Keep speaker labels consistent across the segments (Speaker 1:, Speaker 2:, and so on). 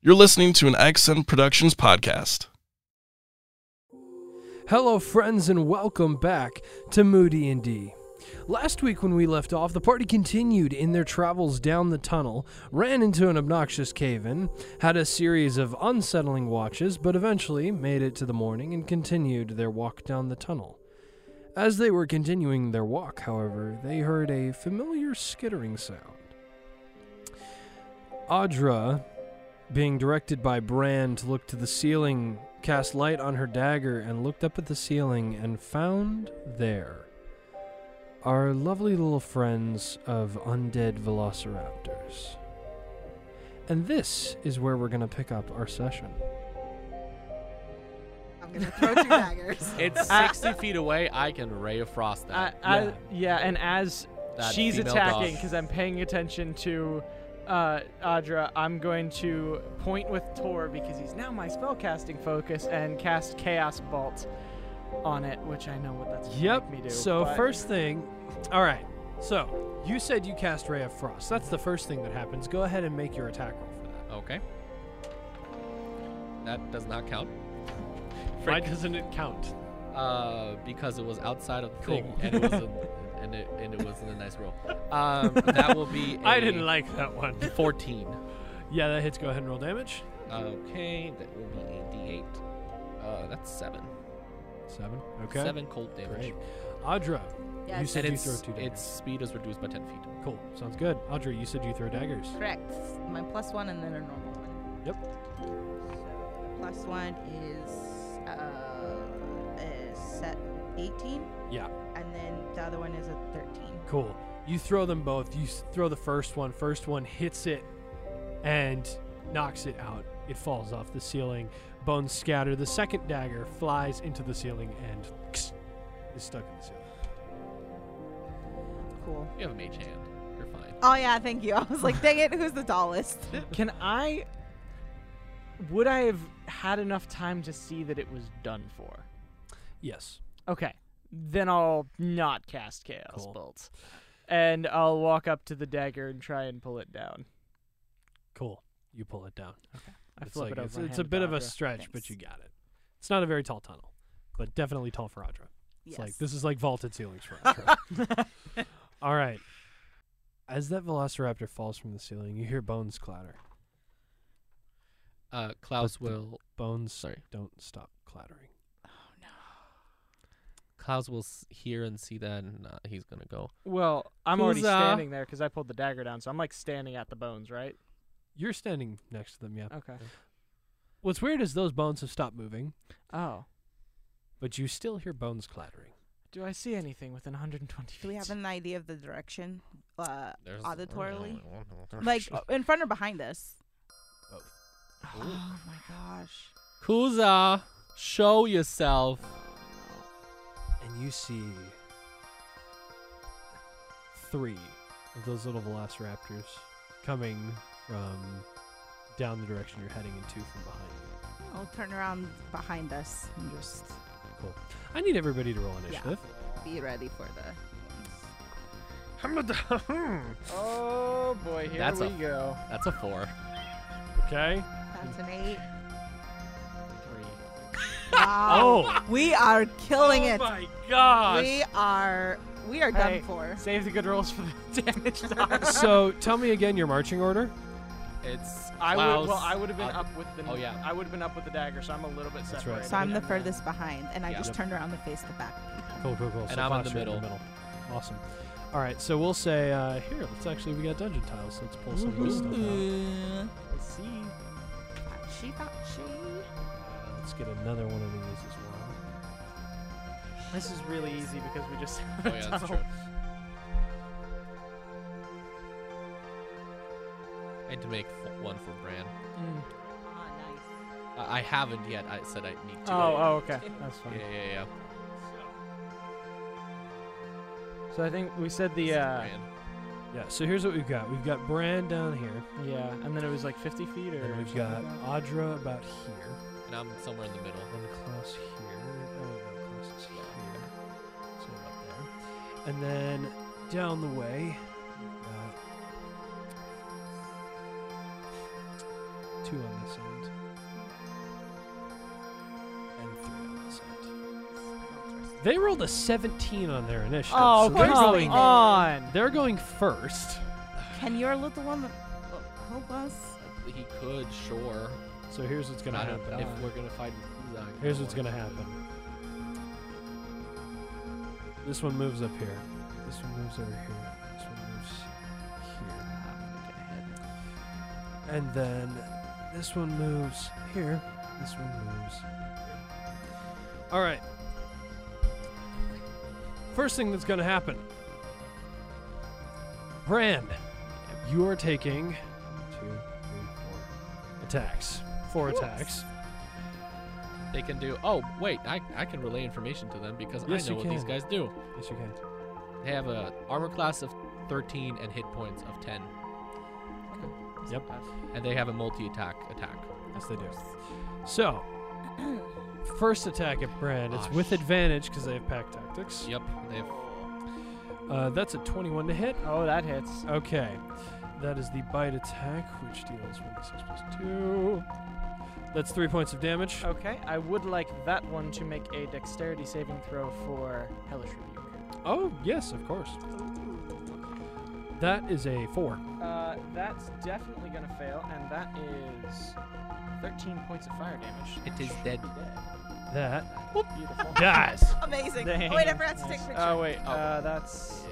Speaker 1: You're listening to an Accent Productions podcast.
Speaker 2: Hello, friends, and welcome back to Moody and D. Last week, when we left off, the party continued in their travels down the tunnel, ran into an obnoxious cave in, had a series of unsettling watches, but eventually made it to the morning and continued their walk down the tunnel. As they were continuing their walk, however, they heard a familiar skittering sound. Audra, being directed by Brand, looked to the ceiling, cast light on her dagger, and looked up at the ceiling and found there our lovely little friends of undead velociraptors. And this is where we're going to pick up our session.
Speaker 3: I'm gonna throw two daggers.
Speaker 4: It's
Speaker 5: Uh,
Speaker 4: 60 feet away. I can ray of frost
Speaker 5: I,
Speaker 4: that.
Speaker 5: I,
Speaker 2: Yeah.
Speaker 5: yeah. and as
Speaker 4: That
Speaker 5: she's
Speaker 4: female
Speaker 5: attacking,
Speaker 4: dog.
Speaker 5: because I'm paying attention to uh, Adra, I'm going to point with Tor because he's now my spellcasting focus and cast Chaos Bolt on it, which I know what that's gonna
Speaker 2: Yep.
Speaker 5: make me do.
Speaker 2: so
Speaker 5: but-
Speaker 2: first thing, all right. So you said you cast Ray of Frost. That's the first thing that happens. Go ahead and make your attack roll for that.
Speaker 4: okay. That does not count.
Speaker 6: Why doesn't it count?
Speaker 4: Uh, because it was outside of the thing,
Speaker 6: Cool.
Speaker 4: and it was a, and it and it wasn't a nice roll. Um, that will be. I
Speaker 6: I didn't like that one.
Speaker 4: 14.
Speaker 2: Yeah, that hits. Go ahead and roll damage.
Speaker 4: Okay, that will be a d8. Uh, that's seven.
Speaker 2: Seven. Okay.
Speaker 4: Seven cold damage.
Speaker 2: Great. Audra, you
Speaker 3: Yes.
Speaker 2: said
Speaker 4: And
Speaker 2: you
Speaker 4: its,
Speaker 2: throw two daggers.
Speaker 4: its speed is reduced by 10 feet.
Speaker 2: Cool. Sounds good. Audra, you said you throw daggers.
Speaker 3: Correct. My plus one and then a normal one.
Speaker 2: Yep.
Speaker 3: So plus one is uh, is set 18.
Speaker 2: Yeah.
Speaker 3: And then the other one is a 13.
Speaker 2: Cool. You throw them both. You s- throw the first one. First one hits it and knocks it out. It falls off the ceiling. Bones scatter. The second dagger flies into the ceiling and is stuck in the ceiling.
Speaker 3: Cool.
Speaker 4: You have a mage hand. You're fine.
Speaker 3: Oh yeah, thank you. I was like, dang it, who's the tallest?
Speaker 5: Can I. Would I have had enough time to see that it was done for?
Speaker 2: Yes.
Speaker 5: Okay. Then I'll not cast Chaos
Speaker 2: Cool.
Speaker 5: Bolt. And I'll walk up to the dagger and try and pull it down.
Speaker 2: Cool. You pull it down.
Speaker 5: I
Speaker 2: it's
Speaker 5: flip
Speaker 2: like-
Speaker 5: it over.
Speaker 2: It's,
Speaker 5: and
Speaker 2: it's
Speaker 5: hand
Speaker 2: a
Speaker 5: it
Speaker 2: bit
Speaker 5: to
Speaker 2: of a
Speaker 5: Audra.
Speaker 2: stretch, but
Speaker 3: Thanks.
Speaker 2: you got it. It's not a very tall tunnel, but definitely tall for Audra. It's like this is like vaulted ceilings for Audra. All right. As that velociraptor falls from the ceiling, you hear bones clatter.
Speaker 4: Uh, Klaus
Speaker 2: the-
Speaker 4: will
Speaker 2: Bones
Speaker 4: Sorry.
Speaker 2: don't stop clattering.
Speaker 4: Klaus will s- hear and see that, and uh, he's gonna go.
Speaker 5: Well, I'm already
Speaker 4: Huzzah.
Speaker 5: standing there because I pulled the dagger down, so I'm like standing at the bones, right?
Speaker 2: You're standing next to them, yeah.
Speaker 5: Okay.
Speaker 2: What's weird is those bones have stopped moving,
Speaker 5: Oh.
Speaker 2: but you still hear bones clattering.
Speaker 5: Do I see anything within 120 feet?
Speaker 3: Do we have an idea of the direction? Uh,
Speaker 4: There's
Speaker 3: auditorily? like uh, in front or behind us?
Speaker 2: Both.
Speaker 3: Oh my gosh.
Speaker 4: Kuza, show yourself.
Speaker 2: And you see three of those little velociraptors coming from down the direction you're heading and two from behind you.
Speaker 3: I'll turn around behind us and just
Speaker 2: Cool. I need everybody to roll
Speaker 3: Yeah.
Speaker 2: initiative.
Speaker 3: be ready for the.
Speaker 5: hmm. Oh boy, here
Speaker 4: That's
Speaker 5: we
Speaker 4: a-
Speaker 5: go.
Speaker 4: That's a four.
Speaker 2: Okay.
Speaker 3: That's an eight.
Speaker 4: Three.
Speaker 3: Wow.
Speaker 2: Oh,
Speaker 3: We are killing
Speaker 5: Oh
Speaker 3: it.
Speaker 6: my gosh!
Speaker 3: We are we are done
Speaker 5: Hey.
Speaker 3: for.
Speaker 5: Save the good rolls for the damage. die.
Speaker 2: so tell me again your marching order.
Speaker 4: It's
Speaker 5: I
Speaker 4: Klaus.
Speaker 5: would, well, I would have been
Speaker 4: Aud-
Speaker 5: up with the.
Speaker 4: Oh, yeah.
Speaker 5: I would have been up with the dagger, so I'm a little bit
Speaker 2: That's
Speaker 5: separated.
Speaker 2: right.
Speaker 3: So I'm the
Speaker 5: Yeah.
Speaker 3: furthest behind, and I
Speaker 4: Yeah.
Speaker 3: just
Speaker 4: Yep.
Speaker 3: turned around to face the back.
Speaker 2: Cool, cool, cool.
Speaker 4: And I'm in
Speaker 2: Klaus,
Speaker 4: the
Speaker 2: you're
Speaker 4: middle.
Speaker 2: Awesome. All right, so we'll say uh, here. Let's actually we got dungeon tiles. Let's pull some of this stuff out.
Speaker 5: Let's see.
Speaker 3: She thought she.
Speaker 2: Let's get another one of these as well.
Speaker 5: This is really easy because we just. have
Speaker 4: Oh
Speaker 5: a
Speaker 4: yeah, that's true.
Speaker 5: tunnel.
Speaker 4: I had to make f- one for Bran.
Speaker 5: Mm.
Speaker 3: ah,
Speaker 4: I I haven't yet. I said I need to.
Speaker 5: Oh, oh, okay. That's
Speaker 4: Yeah,
Speaker 5: fine.
Speaker 4: yeah, yeah.
Speaker 5: So I think we said the.
Speaker 4: This is
Speaker 5: Uh,
Speaker 4: Bran.
Speaker 2: Yeah. So here's what we've got. We've got Brand down here,
Speaker 5: yeah, and then it was like 50 feet or.
Speaker 2: and we've got Audra about here,
Speaker 4: and I'm somewhere in the middle.
Speaker 2: and Klaus here. Oh no, Klaus is here. So about there, and then down the uh, way. we've got two on this end, and three on this end. They rolled a 17 on their initiative.
Speaker 5: Oh,
Speaker 2: so they're
Speaker 5: come
Speaker 2: going,
Speaker 5: on.
Speaker 2: they're going first.
Speaker 3: Can your little oh, one help us?
Speaker 4: He could, sure.
Speaker 2: So here's what's gonna
Speaker 4: I don't-
Speaker 2: happen.
Speaker 4: If we're gonna fight with Kuzak, I
Speaker 2: Here's
Speaker 4: don't
Speaker 2: what's
Speaker 4: want
Speaker 2: gonna happen. This one moves up here. This one moves over here. This one moves here. And then this one moves here. This one moves. All right. First thing that's gonna happen. Bran, you are taking two, three, four attacks. Four attacks.
Speaker 4: They can do. Oh wait, I, I can relay information to them because
Speaker 2: Yes,
Speaker 4: I know
Speaker 2: you
Speaker 4: what these
Speaker 2: can.
Speaker 4: guys do.
Speaker 2: Yes, you can.
Speaker 4: They have a armor class of 13 and hit points of 10,
Speaker 2: Yep.
Speaker 4: and they have a multi-attack attack.
Speaker 2: Yes, they do. So, first attack at Brand.
Speaker 5: Ah,
Speaker 2: It's with advantage because they have pack tactics.
Speaker 4: Yep, they have
Speaker 2: Uh, that's a 21 to hit.
Speaker 5: Oh, that hits.
Speaker 2: Okay. That is the bite attack, which deals 1d6 plus 2. That's 3 points of damage.
Speaker 5: Okay, I would like that one to make a dexterity saving throw for Hellish Rebuke.
Speaker 2: Oh, yes, of course. That is a 4.
Speaker 5: Uh, that's definitely gonna fail, and that is 13 points of fire damage.
Speaker 4: It is dead.
Speaker 2: That
Speaker 5: Beautiful.
Speaker 2: dies.
Speaker 3: Amazing.
Speaker 5: Dang.
Speaker 3: Oh, wait, I forgot to take a
Speaker 5: Nice.
Speaker 3: picture.
Speaker 5: Oh wait,
Speaker 4: Oh.
Speaker 5: uh, that's.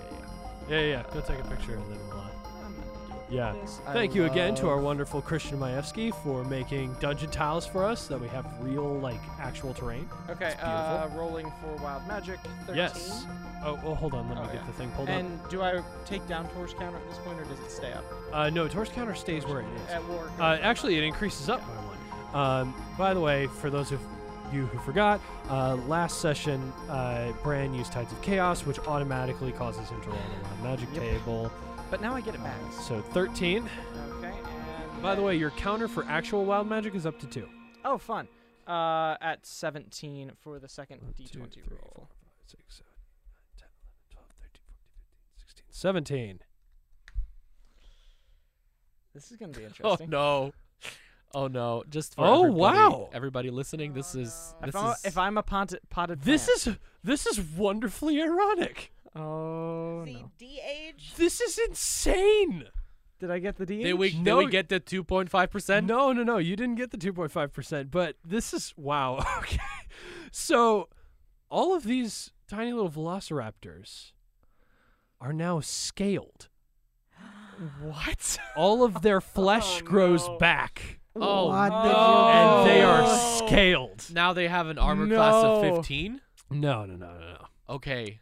Speaker 2: Yeah, yeah, yeah. Go take a picture and then we'll. Uh,
Speaker 5: I'm not doing
Speaker 2: yeah.
Speaker 5: this. I
Speaker 2: Thank you again to our
Speaker 5: love-
Speaker 2: wonderful Christian Majewski for making dungeon tiles for us so that we have real, like, actual terrain.
Speaker 5: Okay,
Speaker 2: It's
Speaker 5: uh,
Speaker 2: beautiful.
Speaker 5: rolling for wild magic. 13.
Speaker 2: Yes. Oh, well, hold on. Let me
Speaker 5: Oh,
Speaker 2: get
Speaker 5: yeah.
Speaker 2: the thing pulled
Speaker 5: And do I take down Tor's counter at this point, or does it stay up?
Speaker 2: up. Uh, no, Torch counter stays where it is.
Speaker 5: At war.
Speaker 2: Uh, actually, it increases up by one. Um, by the way, for those of you who forgot, uh, last session, uh, Bran used Tides of Chaos, which automatically causes him to roll on the wild magic
Speaker 5: Yep.
Speaker 2: table.
Speaker 5: but now I get it back.
Speaker 2: Uh, so 13.
Speaker 5: Okay. And
Speaker 2: By the
Speaker 5: then-
Speaker 2: way, your counter for actual wild magic is up to 2.
Speaker 5: Oh, fun. Uh, at 17 for the second
Speaker 2: One,
Speaker 5: D20
Speaker 2: two, three,
Speaker 5: roll.
Speaker 2: four, five, six, seven, eight, nine, 10, 11, 12, 13, 14, 15, 16, 17.
Speaker 5: This is gonna be
Speaker 4: Oh
Speaker 5: interesting.
Speaker 4: no. Oh no! Just for
Speaker 2: Oh,
Speaker 4: everybody-
Speaker 2: wow.
Speaker 4: everybody listening, this is
Speaker 5: If,
Speaker 4: this
Speaker 5: I'm,
Speaker 4: is
Speaker 5: if I'm a potted, potted
Speaker 2: This
Speaker 5: plant.
Speaker 2: is this is wonderfully ironic.
Speaker 5: Oh
Speaker 3: See,
Speaker 5: no!
Speaker 3: D-age?
Speaker 2: This is insane.
Speaker 5: Did I get the D?
Speaker 4: Did we, did
Speaker 2: No.
Speaker 4: we get the 2.5 percent?
Speaker 2: No, no, no. You didn't get the 2.5%, but this is wow. Okay. So all of these tiny little velociraptors are now scaled.
Speaker 5: What?
Speaker 2: All of their flesh
Speaker 7: Oh,
Speaker 2: grows
Speaker 7: no.
Speaker 2: back
Speaker 4: Oh
Speaker 3: What
Speaker 4: no.
Speaker 3: did you
Speaker 2: and they are
Speaker 5: Oh.
Speaker 2: scaled.
Speaker 4: now they have an armor class of
Speaker 5: No.
Speaker 4: 15.
Speaker 2: No, no, no, no, no.
Speaker 4: Okay.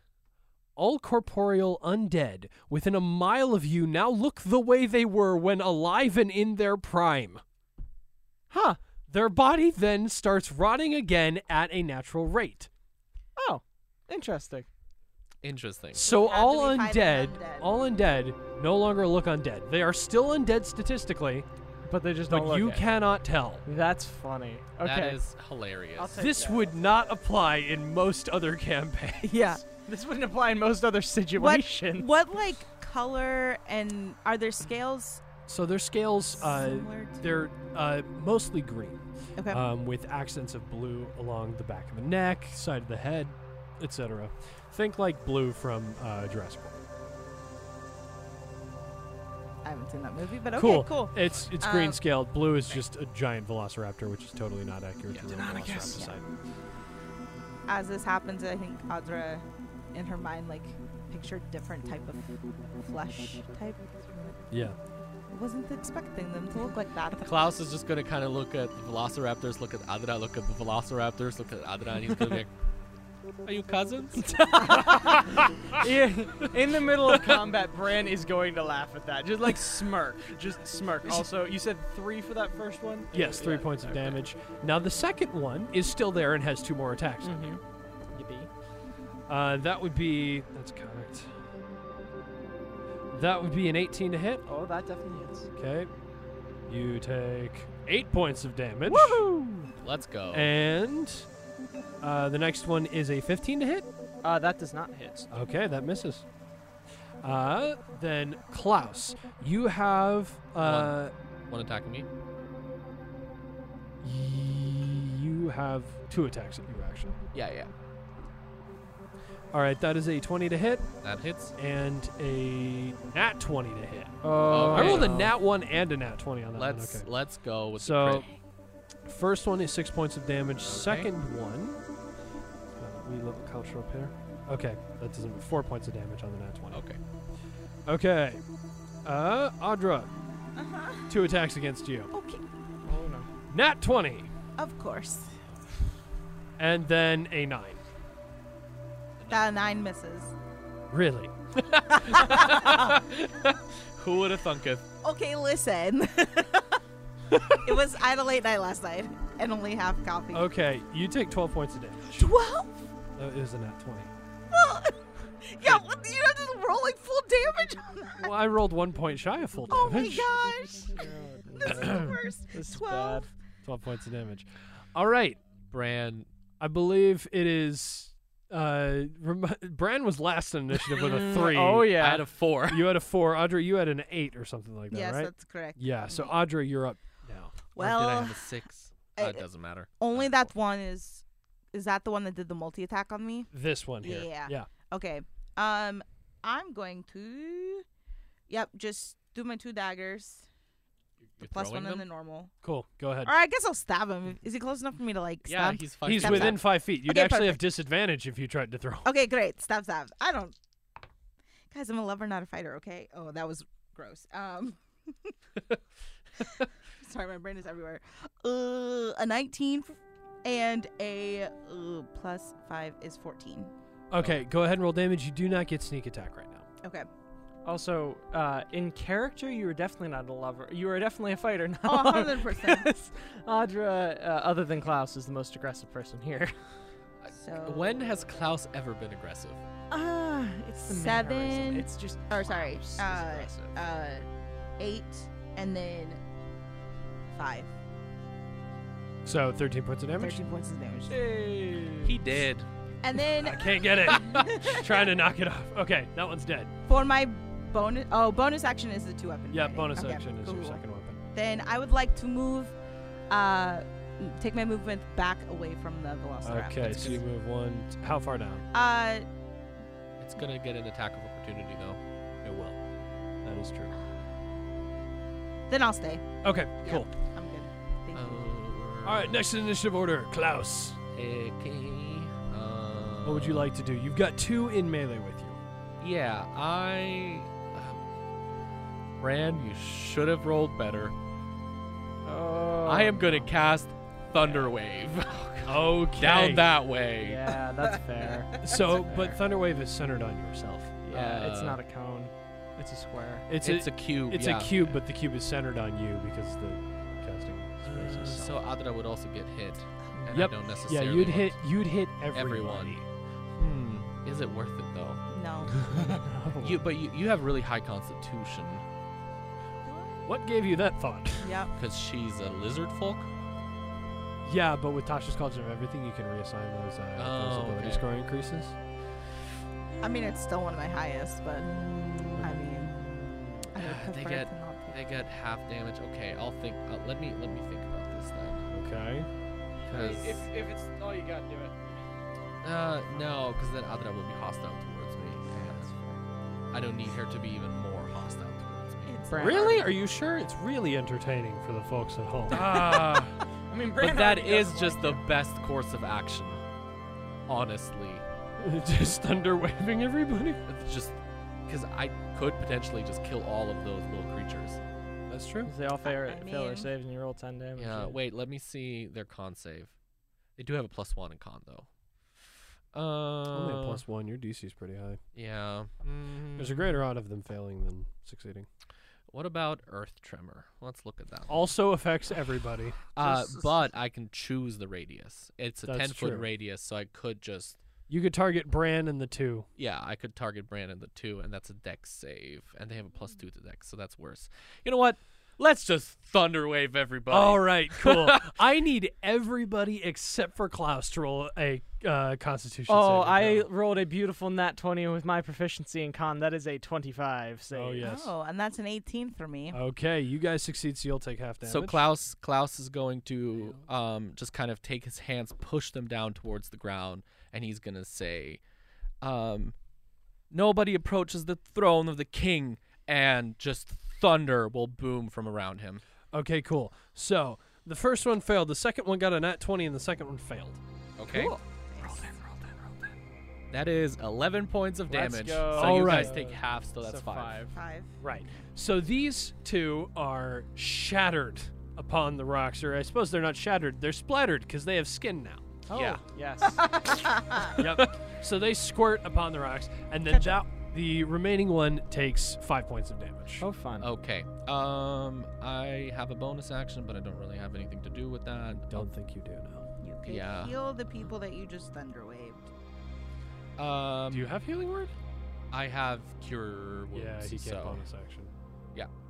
Speaker 2: All corporeal undead within a mile of you now look the way they were when alive and in their prime. Huh. Their body then starts rotting again at a natural rate.
Speaker 5: Oh, interesting.
Speaker 4: Interesting.
Speaker 2: So
Speaker 3: We have to
Speaker 2: all
Speaker 3: be fighting
Speaker 2: undead,
Speaker 3: undead.
Speaker 2: all undead, no longer look undead. They are still undead statistically,
Speaker 5: But they just don't
Speaker 2: but
Speaker 5: look
Speaker 2: you
Speaker 5: it.
Speaker 2: cannot tell.
Speaker 5: That's funny. Okay.
Speaker 4: That is hilarious.
Speaker 5: I'll take
Speaker 2: This
Speaker 5: that.
Speaker 2: would not apply in most other campaigns.
Speaker 5: Yeah. This wouldn't apply in most other
Speaker 3: What,
Speaker 5: situations.
Speaker 3: what, like, color and are there scales?
Speaker 2: So their scales, uh,
Speaker 3: Similar to-
Speaker 2: they're uh, mostly green,
Speaker 3: Okay.
Speaker 2: um, with accents of blue along the back of the neck, side of the head, etc. Think like blue from uh, Jurassic World.
Speaker 3: I haven't seen that movie, but okay,
Speaker 2: cool.
Speaker 3: cool.
Speaker 2: It's it's
Speaker 3: Um,
Speaker 2: green scaled. Blue is just a giant velociraptor, which is totally not accurate
Speaker 4: Yeah.
Speaker 2: to the velociraptor side.
Speaker 3: As this happens, I think Audra, in her mind, like, pictured different type of flesh type.
Speaker 2: Yeah.
Speaker 3: I wasn't expecting them to look like that.
Speaker 4: Klaus is just gonna kind of look at the Velociraptors, look at Adra, look at the Velociraptors, look at Adra, and he's gonna be like, "Are you cousins?"
Speaker 5: in in the middle of combat, Bran is going to laugh at that. Just like smirk. Just smirk. Also, you said three for that first one?
Speaker 2: Yes, three points of damage. Now the second one is still there and has two more attacks.
Speaker 5: Mm-hmm. Yippee.
Speaker 2: Uh, that would be that's correct. That would be an 18 to hit.
Speaker 5: Oh, that definitely hits.
Speaker 2: Okay, you take eight points of damage.
Speaker 4: Let's go.
Speaker 2: And uh, the next one is a 15 to hit.
Speaker 5: Uh, that does not hit.
Speaker 2: Okay, that misses. Uh, then Klaus, you have uh,
Speaker 4: One attack on me.
Speaker 2: have two attacks at you, actually.
Speaker 5: Yeah, yeah.
Speaker 2: All right, that is a 20 to hit
Speaker 4: That hits.
Speaker 2: and a nat 20 to hit.
Speaker 5: Oh,
Speaker 2: I rolled a
Speaker 4: no.
Speaker 2: nat 1 and a nat 20 on that
Speaker 4: Uh, Let's
Speaker 2: one. Okay.
Speaker 4: let's go with the
Speaker 2: So,
Speaker 4: crit.
Speaker 2: first one is six points of damage. Second one, uh, we level culture up here. Okay, that doesn't. Four points of damage on the nat twenty.
Speaker 4: Okay.
Speaker 2: Okay, uh, Audra,
Speaker 3: Uh-huh.
Speaker 2: two attacks against you.
Speaker 3: Okay.
Speaker 5: Oh no.
Speaker 2: Nat twenty,
Speaker 3: Of course.
Speaker 2: and then a nine.
Speaker 3: That nine misses.
Speaker 2: Really?
Speaker 4: Who would have thunk it?
Speaker 3: Okay, listen. it was I had a late night last night and only half coffee.
Speaker 5: Oh.
Speaker 2: Okay, you take twelve points of damage.
Speaker 3: Twelve.
Speaker 2: That is a nat twenty.
Speaker 3: yeah, what, you have to roll like full damage on that.
Speaker 2: Well, I rolled one point shy of full
Speaker 3: Oh my
Speaker 2: damage.
Speaker 3: gosh. This is the worst.
Speaker 5: This is
Speaker 3: Twelve.
Speaker 5: bad.
Speaker 2: Twelve points of damage. All right,
Speaker 4: Bran.
Speaker 2: I believe it is. Uh, rem- Bran was last in initiative with
Speaker 3: Mm.
Speaker 2: a three.
Speaker 5: Oh yeah.
Speaker 4: I had a four.
Speaker 2: You had a four. Audrey, you had an eight or something like that,
Speaker 3: yes,
Speaker 2: right?
Speaker 3: that's correct.
Speaker 2: Yeah. So Audrey, you're up now.
Speaker 3: Well,
Speaker 4: or did I have a six?
Speaker 3: I-
Speaker 4: Uh, it doesn't matter.
Speaker 3: only that one is. Is that the one that did the multi attack on me?
Speaker 2: This one here.
Speaker 3: Yeah.
Speaker 2: Yeah.
Speaker 3: Okay. Um, I'm going to. Yep, just do my two daggers. The
Speaker 4: You're
Speaker 3: plus
Speaker 4: throwing
Speaker 3: one and the
Speaker 4: them?
Speaker 3: normal.
Speaker 2: Cool. Go ahead.
Speaker 3: Or I guess I'll stab him. Is he close enough for me to like
Speaker 4: Yeah,
Speaker 3: stab?
Speaker 4: he's fucking.
Speaker 2: He's
Speaker 3: Stab,
Speaker 2: within five feet. You'd
Speaker 3: Okay,
Speaker 2: actually have disadvantage if you tried to throw.
Speaker 3: Okay, great. Stab, stab. I don't. Guys, I'm a lover, not a fighter. Okay. Oh, that was gross. Um. Sorry, my brain is everywhere. Uh, a 19 f- and a uh, plus five is 14.
Speaker 2: Okay. Go ahead and roll damage. You do not get sneak attack right now.
Speaker 3: Okay.
Speaker 5: also, uh, in character, you were definitely not a lover. You were definitely a fighter. Not
Speaker 3: Oh,
Speaker 5: a lover,
Speaker 3: 100%.
Speaker 5: 'cause Audra, uh, other than Klaus, is the most aggressive person here.
Speaker 3: So
Speaker 4: When has Klaus ever been aggressive?
Speaker 3: Ah, it's
Speaker 5: The mannerism,
Speaker 3: seven.
Speaker 5: It's just.
Speaker 3: or sorry,
Speaker 5: Klaus is
Speaker 3: uh,
Speaker 5: aggressive.
Speaker 3: uh, eight, and then five.
Speaker 2: So 13 points of damage.
Speaker 3: Thirteen points of damage.
Speaker 4: He did.
Speaker 3: And
Speaker 2: I
Speaker 3: then
Speaker 2: can't get it. Trying to knock it off. Okay. That one's dead.
Speaker 3: for my bonus, oh, bonus action is the two weapon.
Speaker 2: Yeah.
Speaker 3: fighting.
Speaker 2: Bonus
Speaker 3: Okay,
Speaker 2: action is your
Speaker 3: cool.
Speaker 2: second weapon.
Speaker 3: Then I would like to move, uh, m- take my movement back away from the velociraptor.
Speaker 2: Okay. So you move one. How far down?
Speaker 3: Uh,
Speaker 4: It's gonna get an attack of opportunity though.
Speaker 2: It will. That is true.
Speaker 3: then I'll stay.
Speaker 2: Okay.
Speaker 3: Yeah.
Speaker 2: Cool.
Speaker 3: I'm good. Thank you.
Speaker 2: All right. Next in initiative order, Klaus.
Speaker 4: Okay. Uh,
Speaker 2: What would you like to do? You've got two in melee with you.
Speaker 4: Yeah, I. Ran, you should have rolled better.
Speaker 5: Oh,
Speaker 4: I am gonna
Speaker 5: no.
Speaker 4: cast Thunder Wave
Speaker 2: Okay.
Speaker 4: down that way.
Speaker 5: Yeah, that's fair.
Speaker 2: So,
Speaker 5: That's
Speaker 2: but
Speaker 5: fair.
Speaker 2: Thunderwave is centered on yourself.
Speaker 5: Yeah, it's
Speaker 4: Uh,
Speaker 5: not a cone. It's a square.
Speaker 2: It's,
Speaker 4: It's,
Speaker 2: a,
Speaker 4: a, cube.
Speaker 2: it's
Speaker 4: yeah.
Speaker 2: a cube, but the cube is centered on you because the casting space
Speaker 4: Uh,
Speaker 2: is
Speaker 4: So
Speaker 2: solid.
Speaker 4: Adra would also get hit. And
Speaker 2: Yep.
Speaker 4: I don't
Speaker 2: yeah,
Speaker 4: necessarily
Speaker 2: you'd
Speaker 4: want
Speaker 2: hit you'd hit
Speaker 4: everyone.
Speaker 2: everybody.
Speaker 4: Is it worth it though?
Speaker 3: No.
Speaker 2: Hmm.
Speaker 4: You, but you, you have really high constitution
Speaker 2: what gave you that thought?
Speaker 3: yep.
Speaker 4: because she's a lizard folk.
Speaker 2: yeah, but with Tasha's College of Everything, you can reassign those, uh,
Speaker 4: Oh,
Speaker 2: those ability
Speaker 4: okay.
Speaker 2: score increases.
Speaker 3: I mean, it's still one of my highest, but I mean, I would prefer
Speaker 4: they get
Speaker 3: to not take
Speaker 4: they get half damage. Okay, I'll think. Uh, let me let me think about this then.
Speaker 2: Okay.
Speaker 4: 'cause-
Speaker 5: if it's all you got, do it.
Speaker 4: uh, no, because then Adra will be hostile towards me. and I don't need her to be even more hostile towards me.
Speaker 3: It's
Speaker 5: Brand.
Speaker 2: Really? Are you sure? It's really entertaining for the folks at home.
Speaker 4: Ah.
Speaker 5: I mean,
Speaker 4: But that is just the best course of action. Honestly.
Speaker 2: Just thunder waving everybody.
Speaker 4: It's just because I could potentially just kill all of those little creatures.
Speaker 2: That's true.
Speaker 5: They all fail,
Speaker 3: I
Speaker 5: fail their
Speaker 3: mean-
Speaker 5: saves and you roll 10 damage.
Speaker 4: Yeah, wait, let me see their con save. They do have a plus one in con though. Uh, hmm.
Speaker 2: Only a plus one. Your DC's pretty high.
Speaker 4: Yeah.
Speaker 2: There's a greater odds of them failing than succeeding.
Speaker 4: What about Earth Tremor? Let's look at that. one.
Speaker 2: Also affects everybody.
Speaker 4: Uh, but I can choose the radius. It's a
Speaker 2: That's
Speaker 4: ten foot
Speaker 2: true.
Speaker 4: radius, so I could just
Speaker 2: You could target Bran and the two.
Speaker 4: Yeah, I could target Brandon the two, and that's a deck save, and they have a plus two to deck, so that's worse. You know what? Let's just thunderwave everybody.
Speaker 8: All right, cool. I need everybody except for Klaus to roll a uh, Constitution.
Speaker 5: Oh,
Speaker 8: saving
Speaker 5: I
Speaker 8: throw.
Speaker 5: rolled a beautiful nat 20 with my proficiency in con. That is a 25 save.
Speaker 8: Oh yes.
Speaker 3: Oh, and that's an 18 for me.
Speaker 2: Okay, you guys succeed, so you'll take half damage.
Speaker 4: So Klaus Klaus is going to um, just kind of take his hands, push them down towards the ground, and he's gonna say, um, "Nobody approaches the throne of the king," and just thunder will boom from around him.
Speaker 2: Okay, cool. So the first one failed. The second one got a nat 20, and the second one failed.
Speaker 4: Okay, that is eleven points of
Speaker 5: Let's
Speaker 4: damage.
Speaker 5: go.
Speaker 4: So
Speaker 2: All
Speaker 4: you
Speaker 2: right.
Speaker 4: guys take half, so that's
Speaker 5: So
Speaker 4: five.
Speaker 3: Five.
Speaker 2: Right. So these two are shattered upon the rocks, or I suppose they're not shattered, they're splattered because they have skin now.
Speaker 5: Oh,
Speaker 4: Yeah.
Speaker 5: Yes.
Speaker 2: Yep. so they squirt upon the rocks, and then that, the remaining one takes five points of damage.
Speaker 5: oh, fun.
Speaker 4: Okay. Um, I have a bonus action, but I don't really have anything to do with that.
Speaker 2: Don't think you do now.
Speaker 3: You could
Speaker 4: Yeah.
Speaker 3: heal the people that you just thunder waved.
Speaker 4: Um,
Speaker 8: Do you have healing word?
Speaker 4: I have cure wounds.
Speaker 8: Yeah, he
Speaker 4: so.
Speaker 8: can't bonus action.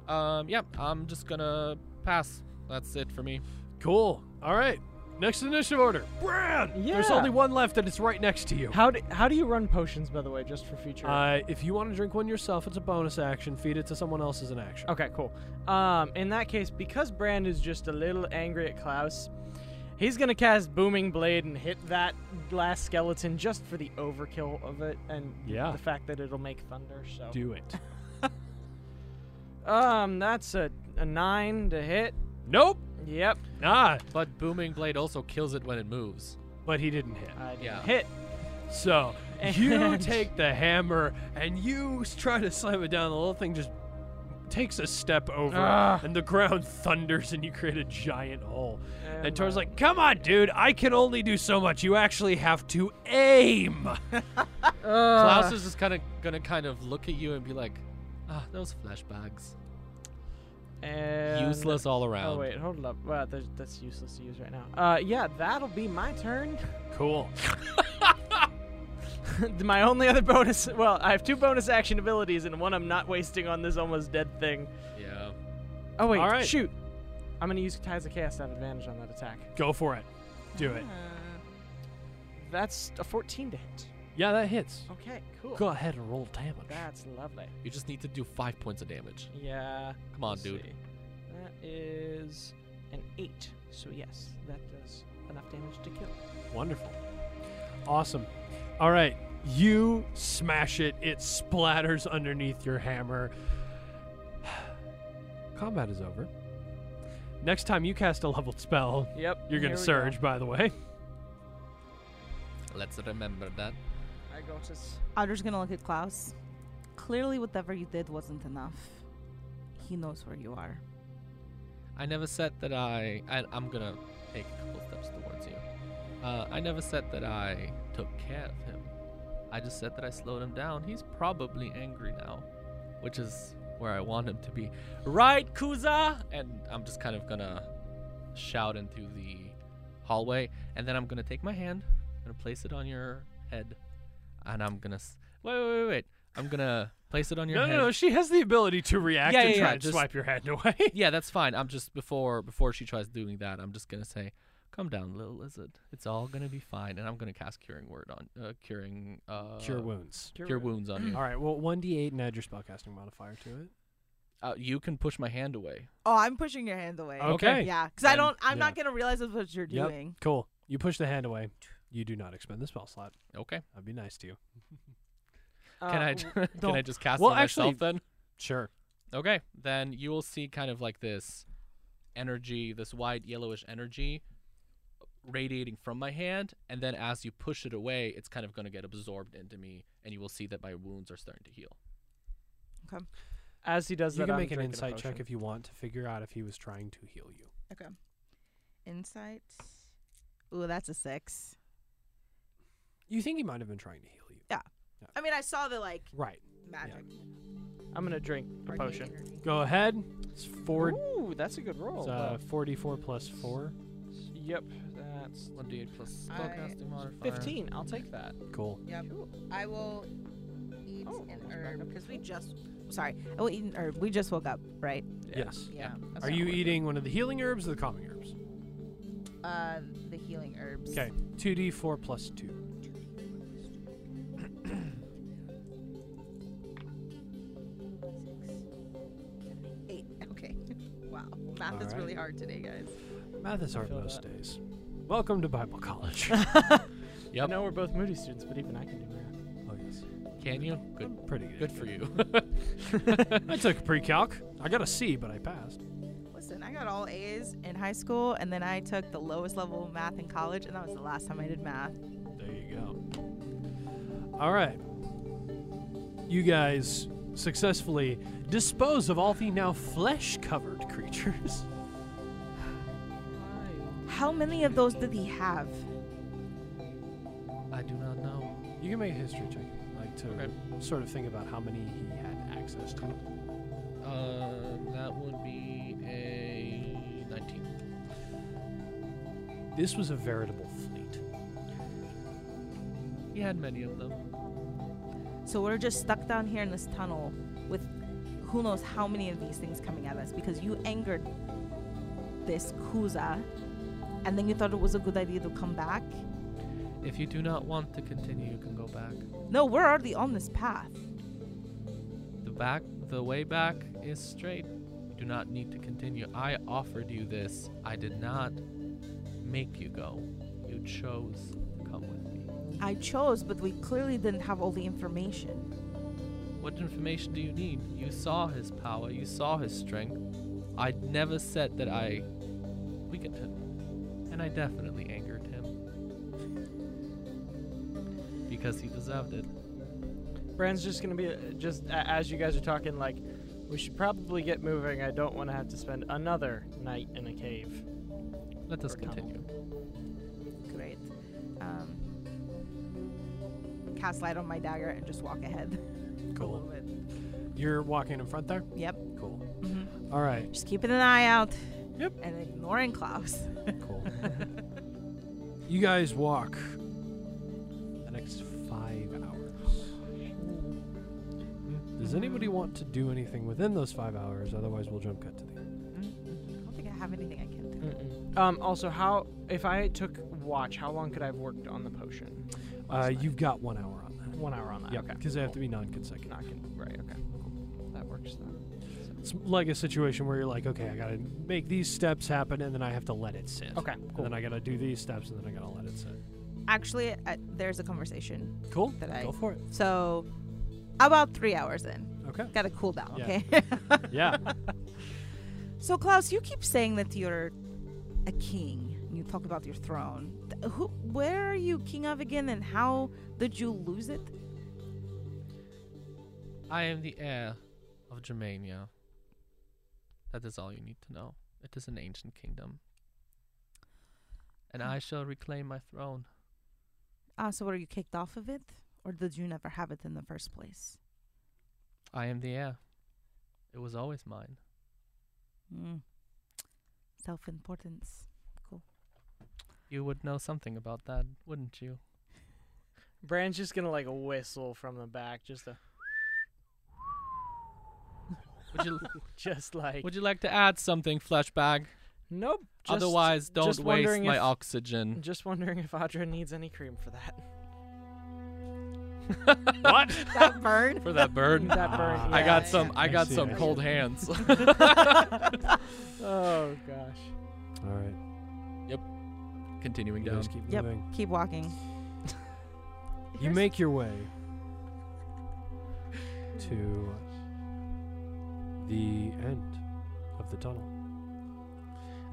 Speaker 4: Um, yeah, I'm just gonna pass. That's it for me.
Speaker 2: Cool. All right. Next initiative order. Brad! There's
Speaker 5: Yeah.
Speaker 2: only one left, and it's right next to you.
Speaker 5: How do, how do you run potions, by the way, just for future?
Speaker 2: Uh, if you want to drink one yourself, it's a bonus action. Feed it to someone else as an action.
Speaker 5: Okay, cool. Um, in that case, because Brand is just a little angry at Klaus, he's gonna cast Booming Blade and hit that glass skeleton just for the overkill of it and
Speaker 2: Yeah.
Speaker 5: the fact that it'll make thunder. So,
Speaker 2: Do it.
Speaker 5: um, that's a, a nine to hit.
Speaker 2: nope.
Speaker 5: Yep,
Speaker 2: Nah.
Speaker 4: But booming blade also kills it when it moves.
Speaker 2: But he didn't hit.
Speaker 5: I didn't
Speaker 4: Yeah.
Speaker 5: hit.
Speaker 2: So you
Speaker 5: Uh, And-
Speaker 2: take the hammer and you s- try to slam it down. The little thing just takes a step over,
Speaker 5: Ah.
Speaker 2: and the ground thunders, and you create a giant hole.
Speaker 5: And,
Speaker 2: And Tor's
Speaker 5: uh,
Speaker 2: like, "Come on, dude! I can only do so much. You actually have to aim."
Speaker 5: Uh.
Speaker 4: Klaus is just kind of gonna kind of look at you and be like, "Ah, those flashbacks,
Speaker 5: and-
Speaker 4: useless all around."
Speaker 5: Oh wait, hold up. Wow, that's, that's useless to use right now. Uh, yeah, that'll be my turn.
Speaker 2: Cool.
Speaker 5: my only other bonus well i have two bonus action abilities and one i'm not wasting on this almost dead thing
Speaker 4: Yeah.
Speaker 5: oh wait
Speaker 2: All right.
Speaker 5: shoot i'm gonna use ties of chaos at advantage on that attack
Speaker 2: Go for it. Do it.
Speaker 3: Uh,
Speaker 5: that's a 14 to hit
Speaker 2: Yeah, that hits.
Speaker 5: okay cool
Speaker 2: Go ahead and roll damage.
Speaker 5: that's lovely
Speaker 4: You just need to do five points of damage.
Speaker 5: yeah
Speaker 4: Come on,
Speaker 5: let's
Speaker 4: dude.
Speaker 5: see. that is an eight so yes that does enough damage to kill
Speaker 2: Wonderful. Awesome. All right. You smash it, it splatters underneath your hammer. Combat is over. Next time you cast a leveled spell,
Speaker 5: yep
Speaker 2: you're going to surge, by the way.
Speaker 4: Let's remember that.
Speaker 5: i got us
Speaker 3: Otter's gonna look at Klaus. Clearly, whatever you did wasn't enough. He knows where you are.
Speaker 4: I never said that I. I I'm gonna take a couple steps towards you. Uh, I never said that I took care of him. I just said that I slowed him down. He's probably angry now, which is where I want him to be. Right, Kuza? And I'm just kind of gonna shout into the hallway, and then I'm gonna take my hand, gonna place it on your head, and I'm gonna. S- wait, wait, wait, wait. I'm gonna place it on your
Speaker 2: No,
Speaker 4: head.
Speaker 2: no, no. She has the ability to react
Speaker 4: Yeah,
Speaker 2: and
Speaker 4: yeah,
Speaker 2: try
Speaker 4: yeah,
Speaker 2: and
Speaker 4: just-
Speaker 2: swipe your hand away.
Speaker 4: Yeah, that's fine. I'm just before before she tries doing that, I'm just gonna say, "Come down, little lizard. It's all gonna be fine." And I'm gonna cast curing word on uh, curing uh,
Speaker 2: wounds.
Speaker 4: cure wounds on you.
Speaker 2: All right. Well, 1d8 and add your spellcasting modifier to it.
Speaker 4: Uh, you can push my hand away.
Speaker 3: Oh, I'm pushing your hand away.
Speaker 2: Okay.
Speaker 3: Yeah, because I
Speaker 4: Then-
Speaker 3: don't. I'm
Speaker 2: yeah.
Speaker 3: not gonna realize that's what you're
Speaker 2: Yep.
Speaker 3: doing.
Speaker 2: Cool. You push the hand away. You do not expend the spell slot.
Speaker 4: Okay.
Speaker 2: That'd be nice to you.
Speaker 5: Uh,
Speaker 4: Can I can I
Speaker 2: don't-
Speaker 4: just cast
Speaker 2: well,
Speaker 4: it on myself
Speaker 2: actually-
Speaker 4: then?
Speaker 2: Sure.
Speaker 4: Okay. Then you will see kind of like this energy, this white yellowish energy radiating from my hand and then as you push it away it's kind of going to get absorbed into me and you will see that my wounds are starting to heal
Speaker 5: as he does
Speaker 2: You
Speaker 5: that
Speaker 2: can
Speaker 5: I'm
Speaker 2: make an
Speaker 5: drinking a
Speaker 2: insight check
Speaker 5: potion.
Speaker 2: if you want to figure out if he was trying to heal you.
Speaker 3: Okay. Insight. Ooh, that's a six.
Speaker 2: You think he might have been trying to heal you.
Speaker 3: I mean, I saw the like
Speaker 2: Right.
Speaker 3: magic.
Speaker 5: i'm gonna drink a
Speaker 3: arcane
Speaker 5: potion
Speaker 3: energy.
Speaker 2: Go ahead. It's four.
Speaker 5: Ooh, that's a good roll.
Speaker 2: it's, uh, 44 plus four.
Speaker 5: Yep, that's
Speaker 4: 1d8 plus
Speaker 3: I-
Speaker 4: spellcasting modifier
Speaker 5: 15. I'll take that.
Speaker 2: Cool.
Speaker 3: Yep. I will eat
Speaker 5: Oh,
Speaker 3: an
Speaker 5: it's back
Speaker 3: herb
Speaker 5: up.
Speaker 3: because we just sorry. I will eat an herb. We just woke up, right?
Speaker 2: Yes.
Speaker 3: Yeah.
Speaker 4: that's
Speaker 2: Are
Speaker 4: not
Speaker 2: you
Speaker 4: working.
Speaker 2: eating one of the healing herbs or the calming herbs?
Speaker 3: Uh, the healing herbs.
Speaker 2: Okay. 2d4 plus 2.
Speaker 3: Eight. Okay. Wow. Math is
Speaker 2: Alright.
Speaker 3: really hard today, guys.
Speaker 2: Math is hard
Speaker 5: feel
Speaker 2: most
Speaker 5: that.
Speaker 2: days. Welcome to Bible college. Oh,
Speaker 5: I
Speaker 4: Yep.
Speaker 5: know we're both Moody students, but even I can do math.
Speaker 2: oh, yes.
Speaker 4: Can you? Good.
Speaker 2: Pretty good.
Speaker 4: Good for you.
Speaker 2: I took pre-calc. I got a C, but I passed.
Speaker 3: Listen, I got all A's in high school, and then I took the lowest level of math in college, and that was the last time I did math.
Speaker 2: There you go. All right. You guys successfully dispose of all the now flesh-covered creatures.
Speaker 3: How many of those did he have?
Speaker 4: I do not know.
Speaker 2: You can make a history check, like to
Speaker 4: Okay.
Speaker 2: sort of think about how many he had access to.
Speaker 4: Um, that would be a 19.
Speaker 2: This was a veritable fleet.
Speaker 4: He had many of them.
Speaker 3: So we're just stuck down here in this tunnel with who knows how many of these things coming at us because you angered this Kuza, and then you thought it was a good idea to come back.
Speaker 4: If you do not want to continue, you can go back.
Speaker 3: No, we're already on this path.
Speaker 4: The back, the way back is straight. You do not need to continue. I offered you this. I did not make you go. You chose to come with me.
Speaker 3: I chose, but we clearly didn't have all the information.
Speaker 4: What information do you need? You saw his power. You saw his strength. I never said that I weakened him, and I definitely angered him because he deserved it.
Speaker 5: Bran's just gonna be uh, just a- as you guys are talking, like, we should probably get moving. I don't want to have to spend another night in a cave.
Speaker 4: Let us
Speaker 5: Or tunnel.
Speaker 4: continue.
Speaker 3: Great. Um, cast light on my dagger and just walk ahead. A little
Speaker 2: Cool.
Speaker 3: bit.
Speaker 2: You're walking in front there?
Speaker 3: Yep.
Speaker 2: Cool.
Speaker 3: Mhm.
Speaker 2: All right.
Speaker 3: Just keeping an eye out.
Speaker 2: Mm-hmm. Yep.
Speaker 3: And ignoring Klaus.
Speaker 2: Cool. you guys walk the next five hours. Does anybody want to do anything within those five hours? Otherwise, we'll jump cut to the end.
Speaker 3: I don't think I have anything I can
Speaker 2: Mm.
Speaker 3: do.
Speaker 5: Um. Also, how if I took watch, how long could I have worked on the potion?
Speaker 2: Uh, you've got one hour on that.
Speaker 5: One hour on that. Okay.
Speaker 2: Because they have to be non
Speaker 5: cool.
Speaker 2: consecutive.
Speaker 5: Not gonna- right. Okay. Cool. That works then.
Speaker 2: It's like a situation where you're like, okay, I got to make these steps happen and then I have to let it sit.
Speaker 5: Okay.
Speaker 2: And
Speaker 5: Cool.
Speaker 2: then I got to do these steps and then I got to let it sit.
Speaker 3: Actually, uh, there's a conversation.
Speaker 2: Cool.
Speaker 3: That I-
Speaker 2: Go for it.
Speaker 3: So, about three hours in.
Speaker 2: Okay.
Speaker 3: Gotta cool down,
Speaker 2: Yeah.
Speaker 3: okay?
Speaker 2: Yeah.
Speaker 3: so, Klaus, you keep saying that you're a king. and You talk about your throne. Th- Who, where are you king of again, and how did you lose it?
Speaker 4: I am the heir of Germania. That is all you need to know. It is an ancient kingdom. And I shall reclaim my throne.
Speaker 3: Ah, so were you kicked off of it, or did you never have it in the first place?
Speaker 4: I am the heir. It was always mine.
Speaker 3: Mm. Self-importance.
Speaker 4: You would know something about that, wouldn't you?
Speaker 5: Bran's just gonna like whistle from the back, just a,
Speaker 4: Would you
Speaker 5: just like.
Speaker 4: would you like to add something, flashbag?
Speaker 5: nope. Just,
Speaker 4: Otherwise, don't
Speaker 5: just
Speaker 4: waste
Speaker 5: wondering
Speaker 4: my
Speaker 5: if-
Speaker 4: oxygen.
Speaker 5: Just wondering if Audra needs any cream for that.
Speaker 4: what?
Speaker 3: That bird.
Speaker 4: For that bird?
Speaker 5: that burn.
Speaker 2: Ah,
Speaker 4: I
Speaker 5: yeah,
Speaker 4: got
Speaker 5: yeah.
Speaker 4: some I
Speaker 2: I
Speaker 4: got
Speaker 2: see,
Speaker 4: some
Speaker 2: I see.
Speaker 4: cold hands.
Speaker 5: Oh gosh.
Speaker 2: All right.
Speaker 4: Continuing
Speaker 2: You
Speaker 4: down.
Speaker 2: guys keep
Speaker 3: Yep.
Speaker 2: moving.
Speaker 3: Keep walking.
Speaker 2: You
Speaker 3: Here's-
Speaker 2: make your way to the end of the tunnel.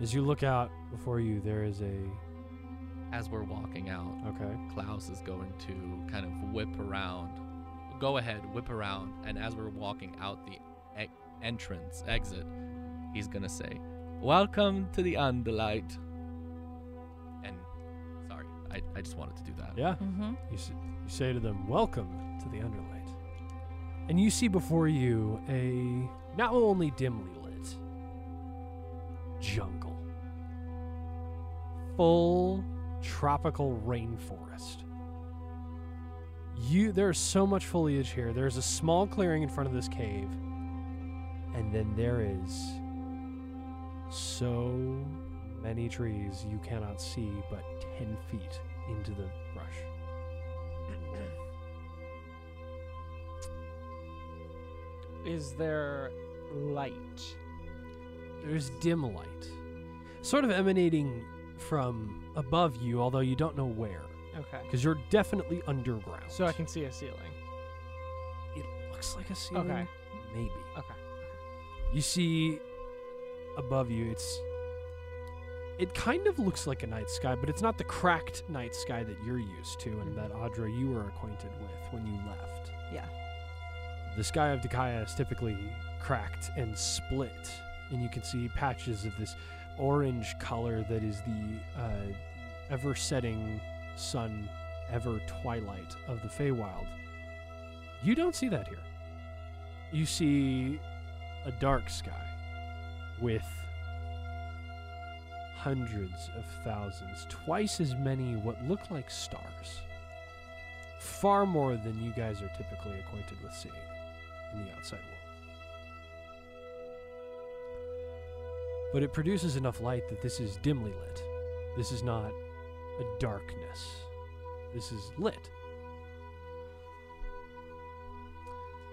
Speaker 2: As you look out before you, there is a.
Speaker 4: As we're walking out,
Speaker 2: Okay.
Speaker 4: Klaus is going to kind of whip around. Go ahead, whip around, and as we're walking out the e- entrance exit, he's gonna say, "Welcome to the Underlight." And sorry, I, I just wanted to do that.
Speaker 2: Yeah.
Speaker 3: Mm-hmm.
Speaker 2: You, s- you say to them, Welcome to the Underlight. And you see before you a not only dimly lit jungle, full tropical rainforest. You, there's so much foliage here. There's a small clearing in front of this cave And then there is so many trees you cannot see but 10 feet into the brush.
Speaker 5: Is there light?
Speaker 2: There's dim light, sort of emanating from above you, although you don't know where,
Speaker 5: Okay.
Speaker 2: because you're definitely underground.
Speaker 5: So I can see a ceiling.
Speaker 2: It looks like a ceiling.
Speaker 5: Okay.
Speaker 2: Maybe.
Speaker 5: Okay.
Speaker 2: You see above you, it's. It kind of looks like a night sky, but it's not the cracked night sky that you're used to and
Speaker 5: Mhm.
Speaker 2: that Audra you were acquainted with when you left.
Speaker 3: Yeah.
Speaker 2: The sky of Dakaya is typically cracked and split, and you can see patches of this orange color that is the uh, ever setting sun, ever twilight of the Feywild. You don't see that here. You see a dark sky with hundreds of thousands, twice as many what look like stars. Far more than you guys are typically acquainted with seeing in the outside world. But it produces enough light that this is dimly lit. This is not a darkness. This is lit.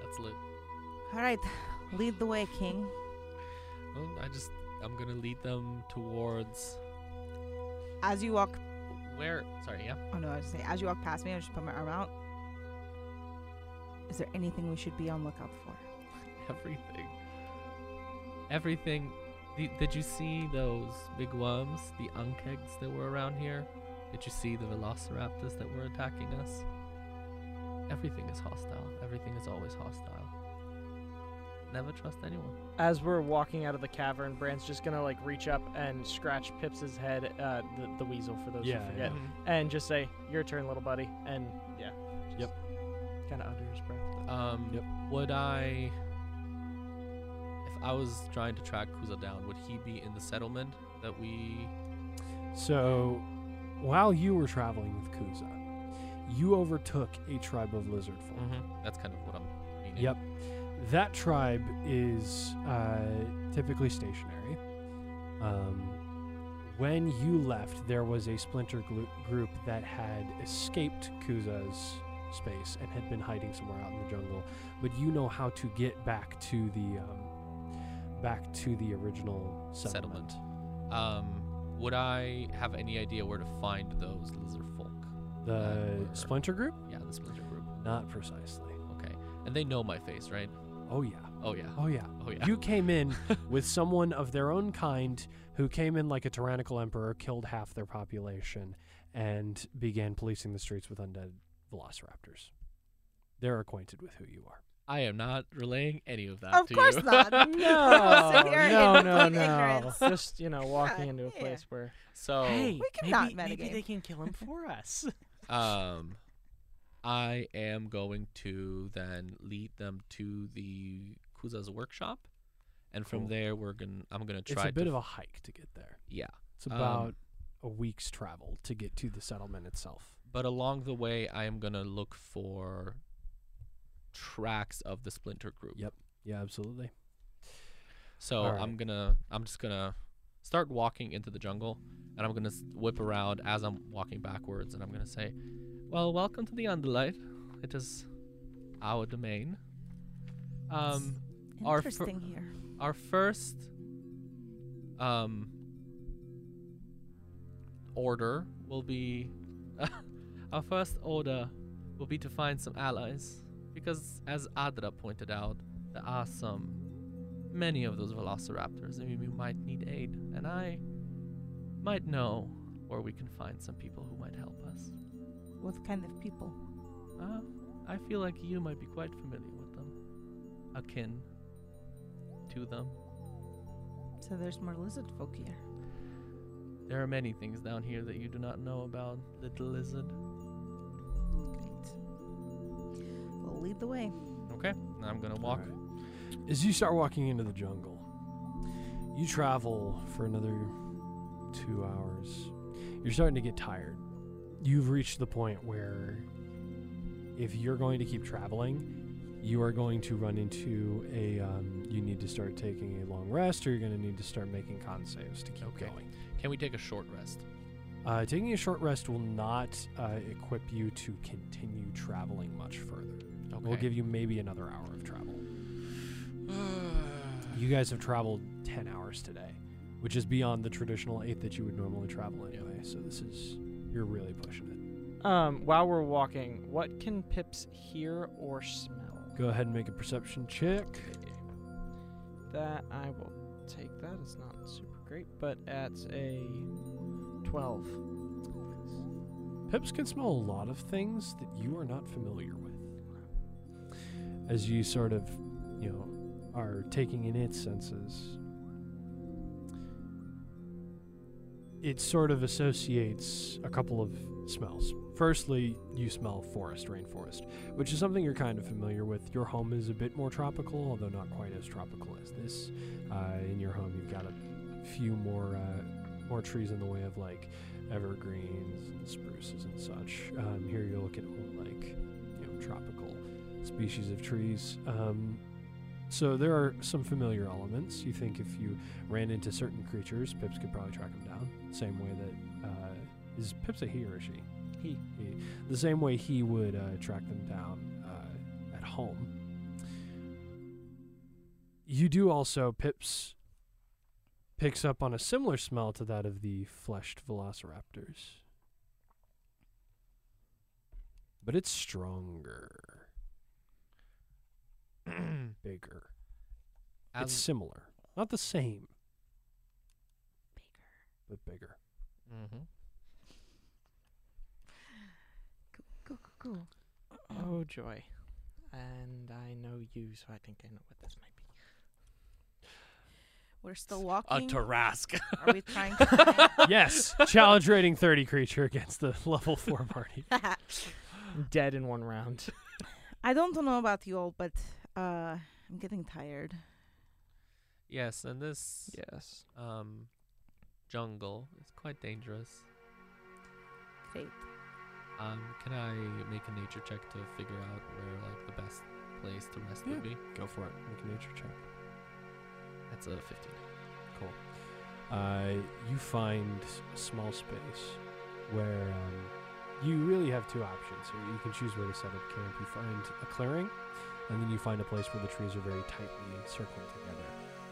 Speaker 4: That's lit.
Speaker 3: All right, lead the way, King.
Speaker 4: Well, I just I'm gonna lead them towards
Speaker 3: As you walk,
Speaker 4: where. Sorry, yeah.
Speaker 3: oh no, I was just saying, as you walk past me, I just put my arm out. Is there anything we should be on lookout for?
Speaker 4: Everything. Everything. The, did you see those big worms, the unkegs that were around here? Did you see the velociraptors that were attacking us? Everything is hostile. Everything is always hostile. Never trust anyone.
Speaker 5: As we're walking out of the cavern, Brand's just gonna like reach up and scratch Pips's head, uh, the, the weasel for those
Speaker 2: Yeah,
Speaker 5: who forget, and just say, "Your turn, little buddy." And yeah,
Speaker 2: Yep.
Speaker 5: Kind of under his breath.
Speaker 4: Um,
Speaker 2: Yep.
Speaker 4: Would I, if I was trying to track Kuza down, would he be in the settlement that we?
Speaker 2: So, while you were traveling with Kuza, you overtook a tribe of lizard folk.
Speaker 4: That's kind of what I'm meaning.
Speaker 2: Yep. That tribe is uh, typically stationary. Um, when you left, there was a splinter glu- group that had escaped Kuza's space and had been hiding somewhere out in the jungle. But you know how to get back to the um, back to the original settlement.
Speaker 4: Settlement. Um, would I have any idea where to find those lizard folk?
Speaker 2: The
Speaker 4: That were-
Speaker 2: splinter group?
Speaker 4: Yeah, the splinter group.
Speaker 2: Not precisely.
Speaker 4: Okay, and they know my face, right?
Speaker 2: Oh yeah.
Speaker 4: Oh yeah.
Speaker 2: Oh yeah.
Speaker 4: Oh yeah.
Speaker 2: You came in with someone of their own kind who came in like a tyrannical emperor, killed half their population, and began policing the streets with undead velociraptors. They're acquainted with who you are.
Speaker 4: I am not relaying any of that.
Speaker 3: Of
Speaker 4: to
Speaker 3: course
Speaker 4: you.
Speaker 3: not.
Speaker 5: No,
Speaker 3: Sit here
Speaker 5: no,
Speaker 3: in
Speaker 5: no,
Speaker 3: complete
Speaker 5: no.
Speaker 3: ignorance.
Speaker 5: Just you know, walking
Speaker 3: Yeah,
Speaker 5: into a
Speaker 3: yeah.
Speaker 5: place where
Speaker 4: so
Speaker 3: We can not metagame.
Speaker 5: can kill him for us.
Speaker 4: Um, I am going to then lead them to the Kuza's workshop, and from
Speaker 2: Cool.
Speaker 4: there we're gonna. I'm gonna
Speaker 2: It's
Speaker 4: try.
Speaker 2: a bit
Speaker 4: to,
Speaker 2: of a hike to get there.
Speaker 4: yeah,
Speaker 2: It's
Speaker 4: Um,
Speaker 2: about a week's travel to get to the settlement itself.
Speaker 4: but along the way I am gonna look for tracks of the splinter group.
Speaker 2: Yep. Yeah, absolutely.
Speaker 4: So
Speaker 2: All right.
Speaker 4: I'm gonna. I'm just gonna start walking into the jungle, and I'm gonna s- whip around as I'm walking backwards, and I'm gonna say, "Well, welcome to the Underlight. It is our domain." Um. Our fir-
Speaker 3: Interesting here.
Speaker 4: our first um order will be our first order will be to find some allies because as Adra pointed out there are some many of those velociraptors and we might need aid and I might know where we can find some people who might help us
Speaker 3: What kind of people?
Speaker 4: uh, I feel like you might be quite familiar with them akin to them
Speaker 3: So there's more lizard folk here.
Speaker 4: There are many things down here that you do not know about, little lizard.
Speaker 3: Great. We'll lead the way.
Speaker 4: Okay, now I'm gonna walk.
Speaker 2: Alright. As you start walking into the jungle, you travel for another two hours. You're starting to get tired. You've reached the point where if you're going to keep traveling, you are going to run into a. Um, you need to start taking a long rest, or you're going to need to start making con saves to keep
Speaker 4: Okay.
Speaker 2: going.
Speaker 4: Can we take a short rest?
Speaker 2: Uh, taking a short rest will not uh, equip you to continue traveling much further.
Speaker 4: Okay.
Speaker 2: We'll give you maybe another hour of travel. you guys have traveled 10 hours today, which is beyond the traditional 8 that you would normally travel anyway. So this is. You're really pushing it.
Speaker 5: Um, while we're walking, what can Pips hear or smell?
Speaker 2: Go ahead and make a perception check.
Speaker 5: That I will take. That is not super great, but that's a 12.
Speaker 2: Pips can smell a lot of things that you are not familiar with. As you sort of, you know, are taking in its senses, it sort of associates a couple of smells. Firstly, you smell forest, rainforest, which is something you're kind of familiar with. Your home is a bit more tropical, although not quite as tropical as this. Uh, in your home, you've got a few more uh, more trees in the way of like evergreens and spruces and such. Um, here you're looking at like you know tropical species of trees. Um, so there are some familiar elements. You think if you ran into certain creatures, Pips could probably track them down. Same way that uh, is Pips a he or a she?
Speaker 5: He.
Speaker 2: He. The same way he would uh, track them down uh, at home. You do also Pips picks up on a similar smell to that of the fleshed velociraptors. But it's stronger, bigger. it's
Speaker 4: As,
Speaker 2: similar. Not the same,
Speaker 3: Baker.
Speaker 2: but bigger.
Speaker 4: Mhm.
Speaker 3: Go, go, go.
Speaker 5: Oh, joy. And I know you, so I think I know what this might be.
Speaker 3: We're still
Speaker 4: A
Speaker 3: walking.
Speaker 4: Tarask.
Speaker 3: Are we trying to find-
Speaker 2: yes, challenge rating 30 creature against the level 4 party.
Speaker 5: Dead in one round.
Speaker 3: I don't know about you all, but uh, I'm getting tired.
Speaker 4: yes, and this
Speaker 5: yes.
Speaker 4: um jungle is quite dangerous.
Speaker 3: Great.
Speaker 4: Um, can I make a nature check to figure out where like the best place to rest
Speaker 2: Yeah.
Speaker 4: would be?
Speaker 2: Go for it. Make a nature check.
Speaker 4: That's a fifteen.
Speaker 2: uh, you find a small space where um, you really have two options here. You can choose where to set up camp. You find a clearing, and then you find a place where the trees are very tightly circled together.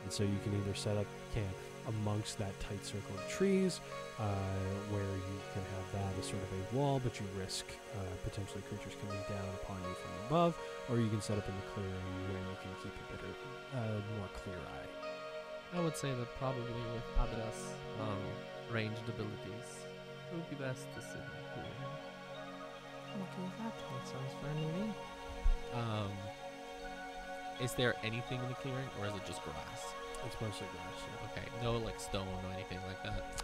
Speaker 2: And so you can either set up camp amongst that tight circle of trees, uh, where you can have that as sort of a wall, but you risk uh, potentially creatures coming down upon you from above, or you can set up in the clearing where you can keep a bit of, uh, more clear eye.
Speaker 4: I would say that probably with Abra's um, ranged abilities, it would be best to sit in the clearing.
Speaker 3: I'm okay with that.
Speaker 5: That sounds fine to me.
Speaker 4: Um, is there anything in the clearing, or is it just grass?
Speaker 2: It's mostly grass. yeah.
Speaker 4: Okay, no like stone or anything like that.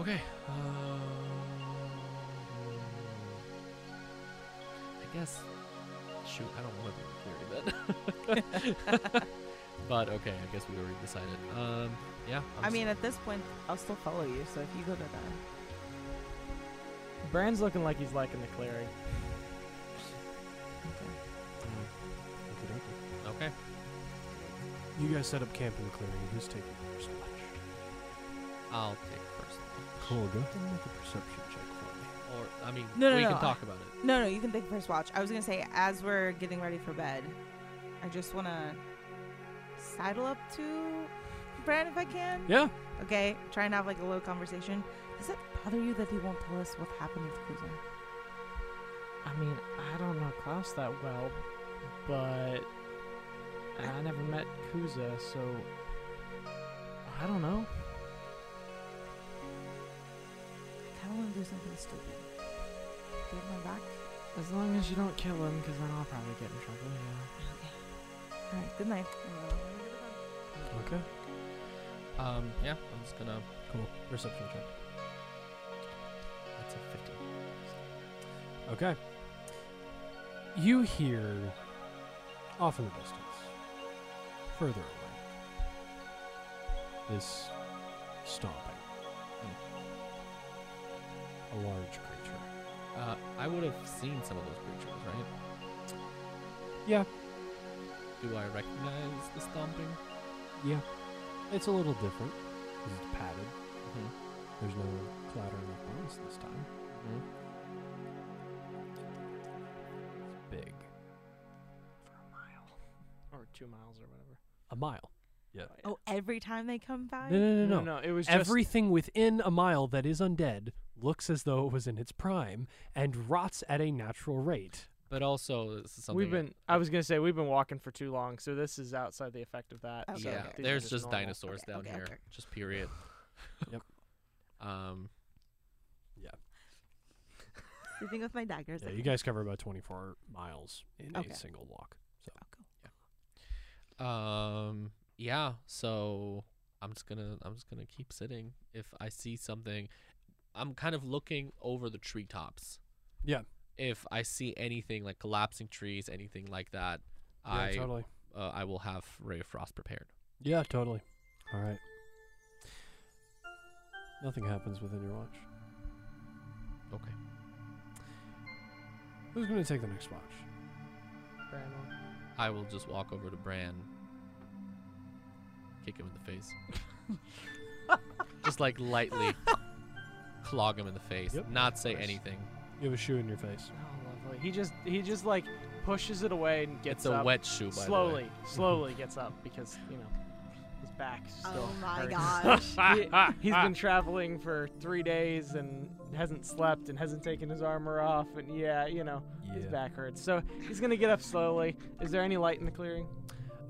Speaker 4: Okay. Um, I guess. Shoot, I don't want to be in the clearing then. but okay, I guess we already decided. Um, yeah. I'm
Speaker 3: I
Speaker 4: s-
Speaker 3: mean, at this point, I'll still follow you. So if you go to that,
Speaker 5: Brand's looking like he's liking the clearing.
Speaker 2: Mm.
Speaker 4: okay.
Speaker 2: You guys set up camp in the clearing. Who's taking the first watch?
Speaker 4: I'll take first.
Speaker 2: Cool. Go ahead and make a perception check for me.
Speaker 4: Or I mean,
Speaker 3: No, no,
Speaker 4: we
Speaker 3: no,
Speaker 4: can
Speaker 3: I-
Speaker 4: talk about it.
Speaker 3: no, no, you can take first watch. I was gonna say, as we're getting ready for bed, I just wanna sidle up to Brand if I can.
Speaker 2: Yeah.
Speaker 3: Okay, try and have like a little conversation. Does it bother you that he won't tell us what happened with Kuzo?
Speaker 5: I mean, I don't know Klaus that well, but and I never met Kuza, so I don't know.
Speaker 3: I kind of want to do something stupid. Do you have my back?
Speaker 5: As long as you don't kill him, because then I'll probably get in trouble. Yeah.
Speaker 3: Okay. All right. Good night.
Speaker 2: Okay.
Speaker 4: Um, yeah, I'm just gonna.
Speaker 2: Cool. Perception check.
Speaker 4: That's a 15.
Speaker 2: Okay. You hear off in the distance, further away, this stomping. A large creature.
Speaker 4: Uh, I would have seen some of those creatures, right?
Speaker 2: Yeah.
Speaker 4: Do I recognize the stomping?
Speaker 2: It's a little different because it's padded. There's no clattering of bones this time.
Speaker 4: Mm-hmm.
Speaker 2: It's big.
Speaker 5: or two miles or whatever.
Speaker 2: A mile.
Speaker 3: Oh, every time they come by?
Speaker 2: No, no, no, no.
Speaker 5: no, it was just
Speaker 2: Everything within a mile that is undead looks as though it was in its prime and rots at a natural rate.
Speaker 4: But also, this is something.
Speaker 5: We've been. I was gonna say we've been walking for too long, so this is outside the effect of that.
Speaker 3: Okay,
Speaker 5: so
Speaker 4: yeah,
Speaker 5: these are
Speaker 4: there's just
Speaker 5: normal.
Speaker 4: dinosaurs
Speaker 3: Okay,
Speaker 4: down
Speaker 3: okay,
Speaker 4: here.
Speaker 3: okay.
Speaker 4: Just period.
Speaker 2: Yep.
Speaker 4: Um,
Speaker 3: Sleeping with my daggers.
Speaker 2: Yeah,
Speaker 3: out.
Speaker 2: you guys cover about 24 miles in
Speaker 3: Okay.
Speaker 2: a single walk. So
Speaker 4: Um. Yeah. So I'm just gonna I'm just gonna keep sitting. If I see something, I'm kind of looking over the treetops.
Speaker 2: Yeah.
Speaker 4: If I see anything like collapsing trees, anything like that,
Speaker 2: yeah,
Speaker 4: I
Speaker 2: totally.
Speaker 4: uh, I will have Ray of Frost prepared.
Speaker 2: Yeah, totally. All right. Nothing happens within your watch.
Speaker 4: Okay.
Speaker 2: Who's going to take the next watch?
Speaker 5: Brandon.
Speaker 4: I will just walk over to Bran, kick him in the face, just like lightly clog him in the face,
Speaker 2: Yep.
Speaker 4: not say
Speaker 2: Nice.
Speaker 4: anything.
Speaker 2: You have a shoe in your face.
Speaker 5: Oh, lovely. He just he just like pushes it away and gets
Speaker 4: it's a
Speaker 5: up
Speaker 4: wet shoe, by the way.
Speaker 5: slowly. Slowly gets up because you know his back still.
Speaker 3: Oh my
Speaker 5: hurts.
Speaker 3: gosh.
Speaker 5: He, he's been traveling for three days and hasn't slept and hasn't taken his armor off and yeah, you know, his back hurts. So he's gonna get up slowly. Is there any light in the clearing?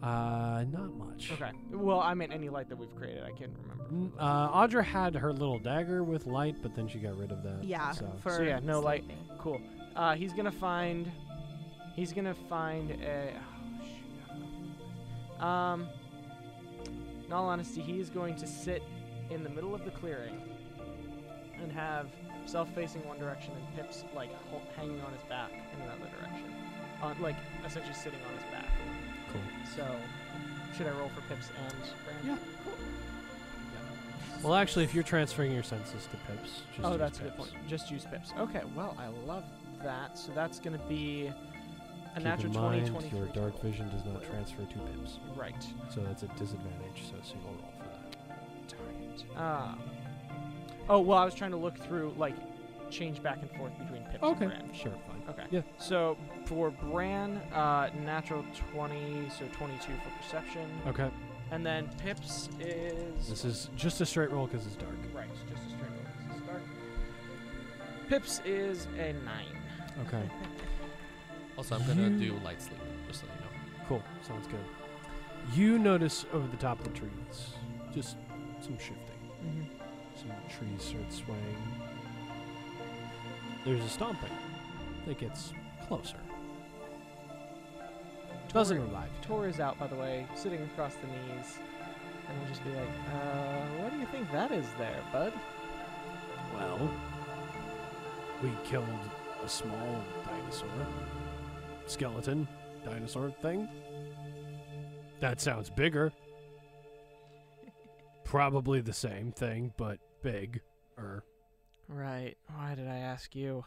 Speaker 2: Uh, not much.
Speaker 5: Okay. Well, I meant any light that we've created. I can't remember.
Speaker 2: Mm, Uh, Audra had her little dagger with light, but then she got rid of that.
Speaker 3: Yeah,
Speaker 2: So.
Speaker 3: for
Speaker 5: So yeah, no light.
Speaker 3: sleeping.
Speaker 5: Cool. Uh, he's gonna find. He's gonna find a. Oh, shoot, I don't know. um. In all honesty, he is going to sit in the middle of the clearing and have himself facing one direction and Pips like ho- hanging on his back in another direction, on like essentially sitting on his back.
Speaker 2: Cool.
Speaker 5: So, should I roll for Pips and Brand?
Speaker 2: Yeah. Well, actually, if you're transferring your senses to Pips, just
Speaker 5: oh,
Speaker 2: use
Speaker 5: that's a good
Speaker 2: Pips.
Speaker 5: point. Just use pips. Okay, well, I love that. So that's going to be a
Speaker 2: Keep
Speaker 5: natural
Speaker 2: in
Speaker 5: 20,
Speaker 2: mind,
Speaker 5: 23.
Speaker 2: your dark
Speaker 5: total.
Speaker 2: vision does not transfer to Pips,
Speaker 5: Right.
Speaker 2: so that's a disadvantage. So single roll for that.
Speaker 5: Target. Um, oh, well, I was trying to look through, like, change back and forth between pips and Bran.
Speaker 2: Sure. Fine.
Speaker 5: Okay.
Speaker 2: Yeah.
Speaker 5: So for Bran, uh, natural 20, so 22 for perception.
Speaker 2: Okay.
Speaker 5: And then pips is.
Speaker 2: This is just a straight roll because it's dark.
Speaker 5: Right, just a straight roll. This is dark. Pips is a 9.
Speaker 2: Okay.
Speaker 4: Also, I'm gonna
Speaker 2: You-
Speaker 4: do light sleep, just so you know.
Speaker 2: Cool. Sounds good. You notice over the top of the trees, just some shifting.
Speaker 5: Mm-hmm.
Speaker 2: Some trees start swaying. There's a stomping that gets closer. Doesn't revive.
Speaker 5: Tor is out, by the way, sitting across the knees, and we'll just be like, uh, what do you think that is there, bud?
Speaker 2: Well, we killed a small dinosaur. Skeleton dinosaur thing. That sounds bigger. Probably the same thing, but big. Or
Speaker 5: Right. Why did I ask you?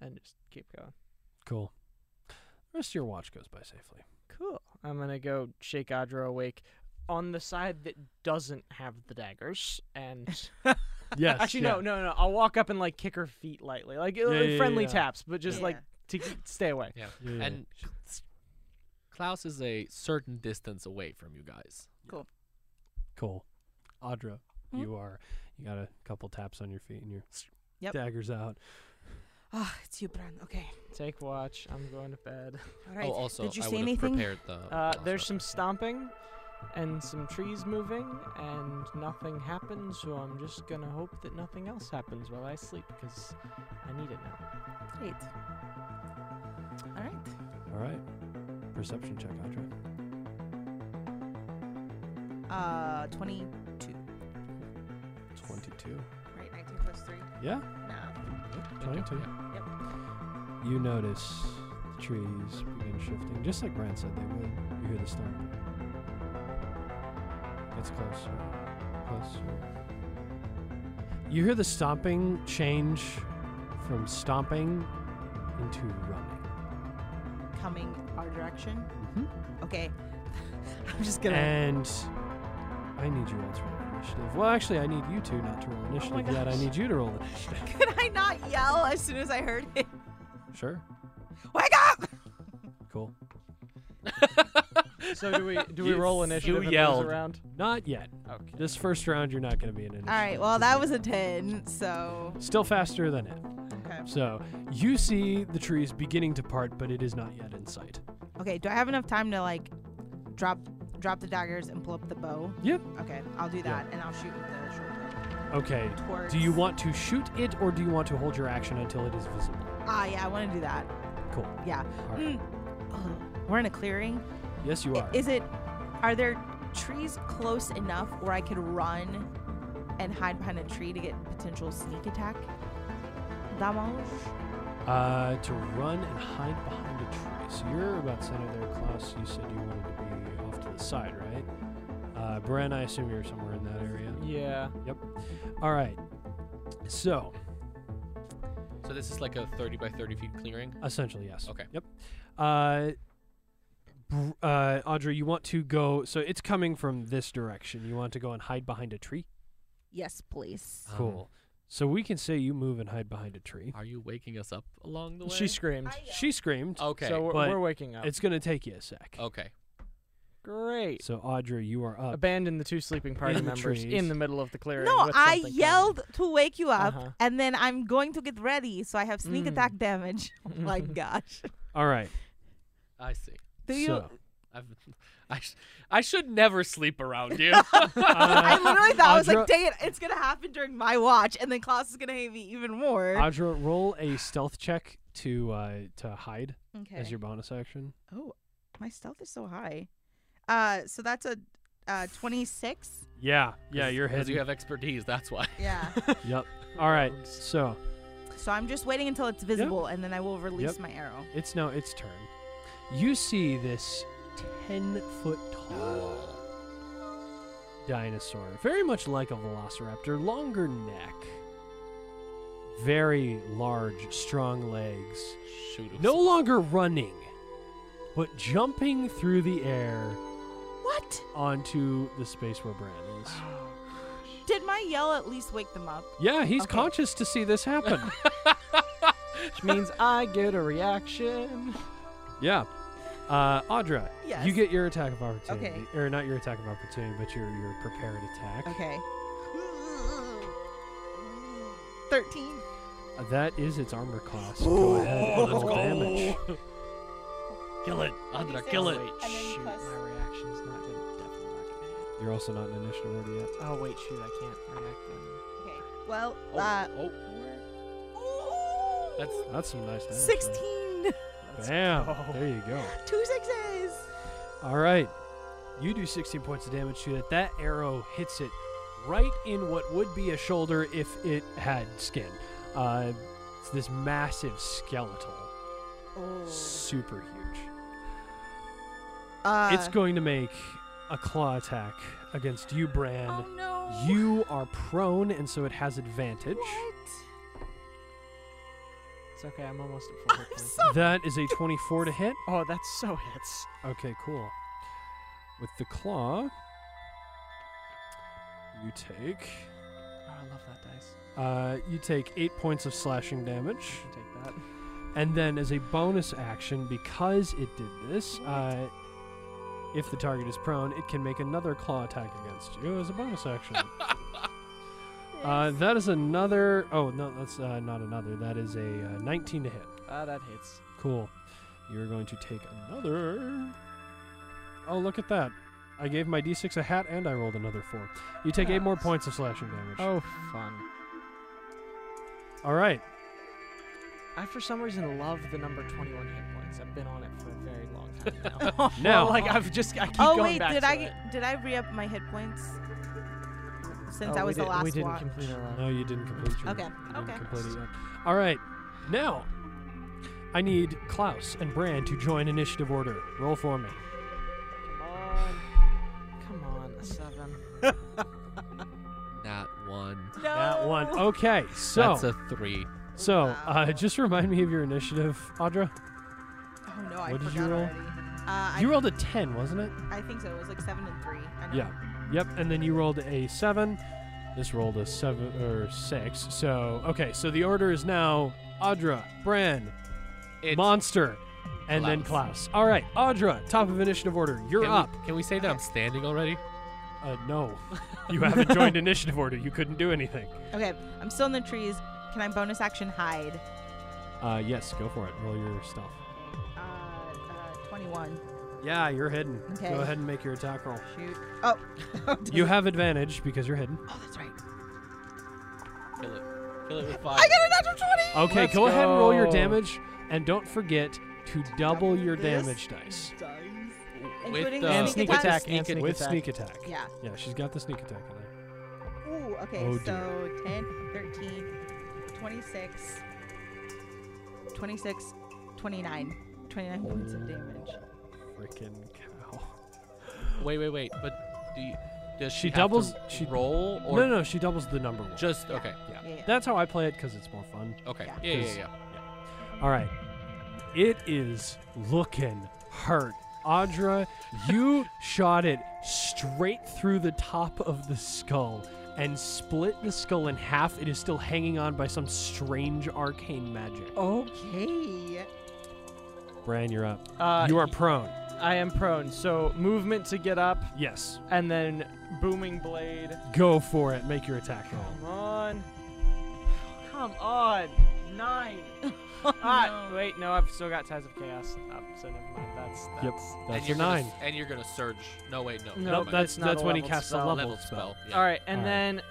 Speaker 5: And just keep going.
Speaker 2: cool. The rest of your watch goes by safely.
Speaker 5: Cool. I'm gonna go shake Adra awake on the side that doesn't have the daggers, and
Speaker 2: Yes.
Speaker 5: actually no, no, no. I'll walk up and like kick her feet lightly, like uh,
Speaker 2: yeah, yeah,
Speaker 5: friendly
Speaker 2: yeah.
Speaker 5: taps, but just
Speaker 3: Yeah.
Speaker 5: like to k- stay away.
Speaker 2: Yeah, yeah, yeah.
Speaker 4: And s- Klaus is a certain distance away from you guys.
Speaker 2: Cool. Audra,
Speaker 3: Hmm?
Speaker 2: you are. You got a couple taps on your feet and your
Speaker 3: Yep.
Speaker 2: daggers out.
Speaker 3: Ah, it's you, Bran. Okay.
Speaker 5: Take watch. I'm going to bed.
Speaker 3: All right.
Speaker 4: Oh, also,
Speaker 3: Did you
Speaker 4: I
Speaker 3: say
Speaker 4: would've
Speaker 3: anything?
Speaker 4: prepared the.
Speaker 5: Uh,
Speaker 4: the
Speaker 5: there's
Speaker 4: last
Speaker 5: some
Speaker 4: round.
Speaker 5: stomping and some trees moving, and nothing happens, so I'm just gonna hope that nothing else happens while I sleep, because I need it now.
Speaker 3: Great. All right.
Speaker 2: All right. Perception check, Audra.
Speaker 3: Uh, 20.
Speaker 2: 22.
Speaker 3: Right, 19 plus 3.
Speaker 2: Yeah.
Speaker 3: No.
Speaker 4: Yeah, yeah,
Speaker 2: 22.
Speaker 4: yeah.
Speaker 2: You notice the trees begin shifting, just like Brand said they would. You hear the storm. It's closer, closer. You hear the stomping change from stomping into running.
Speaker 3: coming our direction?
Speaker 2: Mhm.
Speaker 3: Okay. I'm just gonna.
Speaker 2: And I need you all to roll initiative. Well, actually, I need you two not to roll initiative yet. I
Speaker 3: gosh.
Speaker 2: need you to roll initiative.
Speaker 3: Could I not yell as soon as I heard it?
Speaker 2: Sure.
Speaker 3: Wake up!
Speaker 2: Cool.
Speaker 5: So do we do we
Speaker 4: You-
Speaker 5: roll
Speaker 4: you
Speaker 5: initiative in those
Speaker 4: yelled.
Speaker 5: around?
Speaker 2: Not yet.
Speaker 5: Okay.
Speaker 2: This first round, you're not going to be in initiative.
Speaker 3: All right. Well, that was a ten. So.
Speaker 2: Still faster than it.
Speaker 3: Okay.
Speaker 2: So you see the trees beginning to part, but it is not yet in sight.
Speaker 3: Okay. Do I have enough time to like drop drop the daggers and pull up the bow?
Speaker 2: Yep.
Speaker 3: Okay. I'll do that, and I'll shoot with the shoulder.
Speaker 2: Okay.
Speaker 3: Towards.
Speaker 2: Do you want to shoot it, or do you want to hold your action until it is visible?
Speaker 3: Ah, yeah. I want to do that.
Speaker 2: Cool.
Speaker 3: Yeah.
Speaker 2: All right.
Speaker 3: Mm. Ugh, We're in a clearing.
Speaker 2: Yes, you
Speaker 3: I-
Speaker 2: are.
Speaker 3: Is it? Are there trees close enough where I could run and hide behind a tree to get potential sneak attack damage?
Speaker 2: Uh, to run and hide behind a tree. So you're about center there, Klaus. You said you wanted to be off to the side, right? Uh, Bren, I assume you're somewhere in that area.
Speaker 5: Yeah.
Speaker 2: All right. So
Speaker 4: So this is like a 30 by 30 feet clearing.
Speaker 2: essentially, yes.
Speaker 4: Okay.
Speaker 2: Yep. Uh, br- uh, Audrey, you want to go? So it's coming from this direction. You want to go and hide behind a tree?
Speaker 3: Yes, please.
Speaker 4: Um,
Speaker 2: Cool. So we can say you move and hide behind a tree.
Speaker 4: Are you waking us up along the way?
Speaker 5: She screamed.
Speaker 2: She screamed.
Speaker 4: okay.
Speaker 5: So we're,
Speaker 2: but
Speaker 5: we're waking up.
Speaker 2: It's gonna take you a sec.
Speaker 4: okay.
Speaker 5: great.
Speaker 2: So Audrey, you are up.
Speaker 5: Abandon the two sleeping party
Speaker 2: In the
Speaker 5: members
Speaker 2: trees.
Speaker 5: in the middle of the clearing.
Speaker 3: No,
Speaker 5: with
Speaker 3: I
Speaker 5: something
Speaker 3: yelled to wake you up,
Speaker 5: Uh-huh.
Speaker 3: and then I'm going to get ready, so I have sneak
Speaker 5: Mm.
Speaker 3: attack damage.
Speaker 5: coming.
Speaker 3: My gosh.
Speaker 2: All right.
Speaker 4: I see.
Speaker 3: Do you?
Speaker 2: so.
Speaker 4: I've, I, sh- I should never sleep around you.
Speaker 3: I
Speaker 2: Uh,
Speaker 3: literally thought I was
Speaker 2: Audra-
Speaker 3: like, dang it, it's gonna happen during my watch, and then Klaus is gonna hate me even more.
Speaker 2: Audra, roll a stealth check to uh, to hide
Speaker 3: okay.
Speaker 2: as your bonus action.
Speaker 3: oh, my stealth is so high. Uh, so that's a uh 26.
Speaker 2: Yeah, yeah,
Speaker 4: 'Cause-
Speaker 2: you're
Speaker 4: 'cause
Speaker 2: hidden.
Speaker 4: You have expertise. That's why.
Speaker 3: Yeah.
Speaker 2: yep. All right, so
Speaker 3: So I'm just waiting until it's visible, and then I will release my arrow.
Speaker 2: it's now its turn. You see this ten foot tall dinosaur, very much like a velociraptor, longer neck, very large, strong legs.
Speaker 4: Shoot. it was-
Speaker 2: No longer running, but jumping through the air
Speaker 3: What?
Speaker 2: onto the space where Bran is.
Speaker 3: Did my yell at least wake them up?
Speaker 2: Yeah, he's
Speaker 3: Okay.
Speaker 2: conscious to see this happen.
Speaker 5: Which means I get a reaction.
Speaker 2: yeah. Uh, Audra,
Speaker 3: Yes.
Speaker 2: you get your attack of opportunity.
Speaker 3: Okay.
Speaker 2: Or not your attack of opportunity, but your, your prepared attack.
Speaker 3: Okay. 13.
Speaker 2: Uh, that is its armor class. Go ahead.
Speaker 4: let's
Speaker 2: roll
Speaker 4: go.
Speaker 2: damage.
Speaker 4: Kill it, Andra. Kill it.
Speaker 3: And then
Speaker 5: Oh, shoot,
Speaker 3: plus-
Speaker 5: my reaction's not gonna definitely not gonna hit.
Speaker 2: You're also not in initiative order yet.
Speaker 5: Oh wait, shoot, I can't react. Then.
Speaker 3: Okay. Well,
Speaker 4: Oh,
Speaker 3: uh,
Speaker 4: oh. That's
Speaker 2: That's some nice damage. there.
Speaker 3: 16.
Speaker 2: Bam. There you go.
Speaker 3: Two sixes.
Speaker 2: All right. You do 16 points of damage to it. That arrow hits it right in what would be a shoulder if it had skin. Uh, it's this massive skeletal. Super huge.
Speaker 3: Uh,
Speaker 2: it's going to make a claw attack against you, Bran.
Speaker 3: Oh no.
Speaker 2: You are prone, and so it has advantage.
Speaker 3: What?
Speaker 5: It's okay, I'm almost at full hit
Speaker 3: I'm
Speaker 5: points.
Speaker 3: so.
Speaker 2: That is a 24 to hit.
Speaker 5: Oh, that's so hits.
Speaker 2: Okay, cool. With the claw, you take
Speaker 5: Oh, I love that dice.
Speaker 2: uh, you take eight points of slashing damage,
Speaker 5: I'll take that.
Speaker 2: and then as a bonus action, because it did this, uh, if the target is prone, it can make another claw attack against you as a bonus action. Uh, that is another. Oh no, that's uh, not another. That is a uh, 19 to hit.
Speaker 5: Ah, that hits.
Speaker 2: Cool. You're going to take another. Oh, look at that! I gave my d6 a hat, and I rolled another four. You take eight more
Speaker 5: Nice.
Speaker 2: points of slashing damage.
Speaker 5: Oh, fun.
Speaker 2: All right.
Speaker 5: I, for some reason, love the number 21 hit points. I've been on it for a very long time now.
Speaker 2: Now,
Speaker 5: Well, like I've just I keep
Speaker 3: oh
Speaker 5: going
Speaker 3: wait,
Speaker 5: back
Speaker 3: did
Speaker 5: to
Speaker 3: I
Speaker 5: it.
Speaker 3: did I re up my hit points? Since
Speaker 5: Oh,
Speaker 3: I
Speaker 5: we
Speaker 3: was the
Speaker 5: did-
Speaker 3: last
Speaker 5: we didn't
Speaker 3: watch.
Speaker 5: complete our last.
Speaker 2: no, you didn't complete your.
Speaker 3: Okay,
Speaker 2: you didn't
Speaker 3: okay.
Speaker 2: complete it yet. All right. Now, I need Klaus and Brand to join initiative order. Roll for me.
Speaker 5: Come on, come on, a seven.
Speaker 4: that one.
Speaker 3: No.
Speaker 2: That one. Oh,
Speaker 3: Oh.
Speaker 2: Okay. So.
Speaker 4: That's a three.
Speaker 2: So, uh, just remind me of your initiative, Audra.
Speaker 3: Oh Oh no, I
Speaker 2: What did
Speaker 3: forgot
Speaker 2: you roll?
Speaker 3: already. Uh,
Speaker 2: You
Speaker 3: I,
Speaker 2: rolled a 10, wasn't it?
Speaker 3: I think so. It was like seven and three. I don't
Speaker 2: Yeah. Yep. And then you rolled a 7. This rolled a 7 or 6. So, okay. So the order is now Audra, Bran,
Speaker 4: It's,
Speaker 2: Monster, and then Klaus. All right. Audra, top of initiative order. You're
Speaker 4: can
Speaker 2: up.
Speaker 4: We, can we say that I'm standing already?
Speaker 2: Uh, no. you haven't joined initiative order. You couldn't do anything.
Speaker 3: Okay, I'm still in the trees. Can I bonus action hide?
Speaker 2: Uh, yes. Go for it. Roll your stealth.
Speaker 3: Uh, uh, 21.
Speaker 2: Yeah, you're hidden.
Speaker 3: Okay.
Speaker 2: Go ahead and make your attack roll.
Speaker 3: Shoot. Oh.
Speaker 2: You have advantage because you're hidden.
Speaker 3: oh, that's right.
Speaker 4: Kill it. Kill it with fire.
Speaker 3: I got a natural 20!
Speaker 2: Okay,
Speaker 5: Let's
Speaker 2: go, ahead and roll your
Speaker 5: go.
Speaker 2: damage, and don't forget to double your
Speaker 3: this.
Speaker 2: damage dice
Speaker 3: Including
Speaker 4: With,
Speaker 3: the
Speaker 4: uh,
Speaker 5: And sneak
Speaker 3: attack?
Speaker 5: attack.
Speaker 4: sneak
Speaker 5: and sneak
Speaker 2: with
Speaker 5: attack.
Speaker 2: sneak attack.
Speaker 3: Yeah.
Speaker 2: Yeah, she's got the sneak attack in there.
Speaker 3: Ooh, okay,
Speaker 2: Oh,
Speaker 3: so 10, 13, 26, 26, 29. 29 points of damage.
Speaker 2: Freaking cow!
Speaker 4: Wait, wait, wait. But do you, does
Speaker 2: She
Speaker 4: she, have to
Speaker 2: doubles- she-
Speaker 4: roll or
Speaker 2: no, no, she doubles the number one.
Speaker 4: just okay?
Speaker 2: yeah.
Speaker 3: Yeah, yeah.
Speaker 2: that's how I play it because it's more fun.
Speaker 4: Okay.
Speaker 3: Yeah.
Speaker 4: Yeah, yeah, yeah.
Speaker 2: Just- All right, it is looking hurt. Audra, you shot it straight through the top of the skull and split the skull in half. It is still hanging on by some strange arcane magic.
Speaker 3: Oh. Okay.
Speaker 2: Bran, you're up.
Speaker 5: Uh,
Speaker 2: you are prone.
Speaker 5: I am prone, so movement to get up,
Speaker 2: Yes.
Speaker 5: and then booming blade.
Speaker 2: Go for it. Make your attack roll.
Speaker 5: Come on, come on, nine.
Speaker 3: Oh,
Speaker 5: ah, wait, no, I've still got ties of chaos up, so never mind. That's
Speaker 2: Yep.
Speaker 5: that's.
Speaker 2: That's your
Speaker 4: you're
Speaker 2: 9
Speaker 4: Gonna, s- and you're gonna surge. No, wait, no.
Speaker 5: No,
Speaker 4: never
Speaker 2: nope,
Speaker 4: mind.
Speaker 2: that's
Speaker 5: it's not
Speaker 2: that's
Speaker 5: a
Speaker 2: when he
Speaker 5: leveled
Speaker 2: casts a
Speaker 5: spell.
Speaker 2: level
Speaker 4: leveled
Speaker 2: spell.
Speaker 4: spell. Yeah.
Speaker 5: All right, and
Speaker 2: All right.
Speaker 5: then.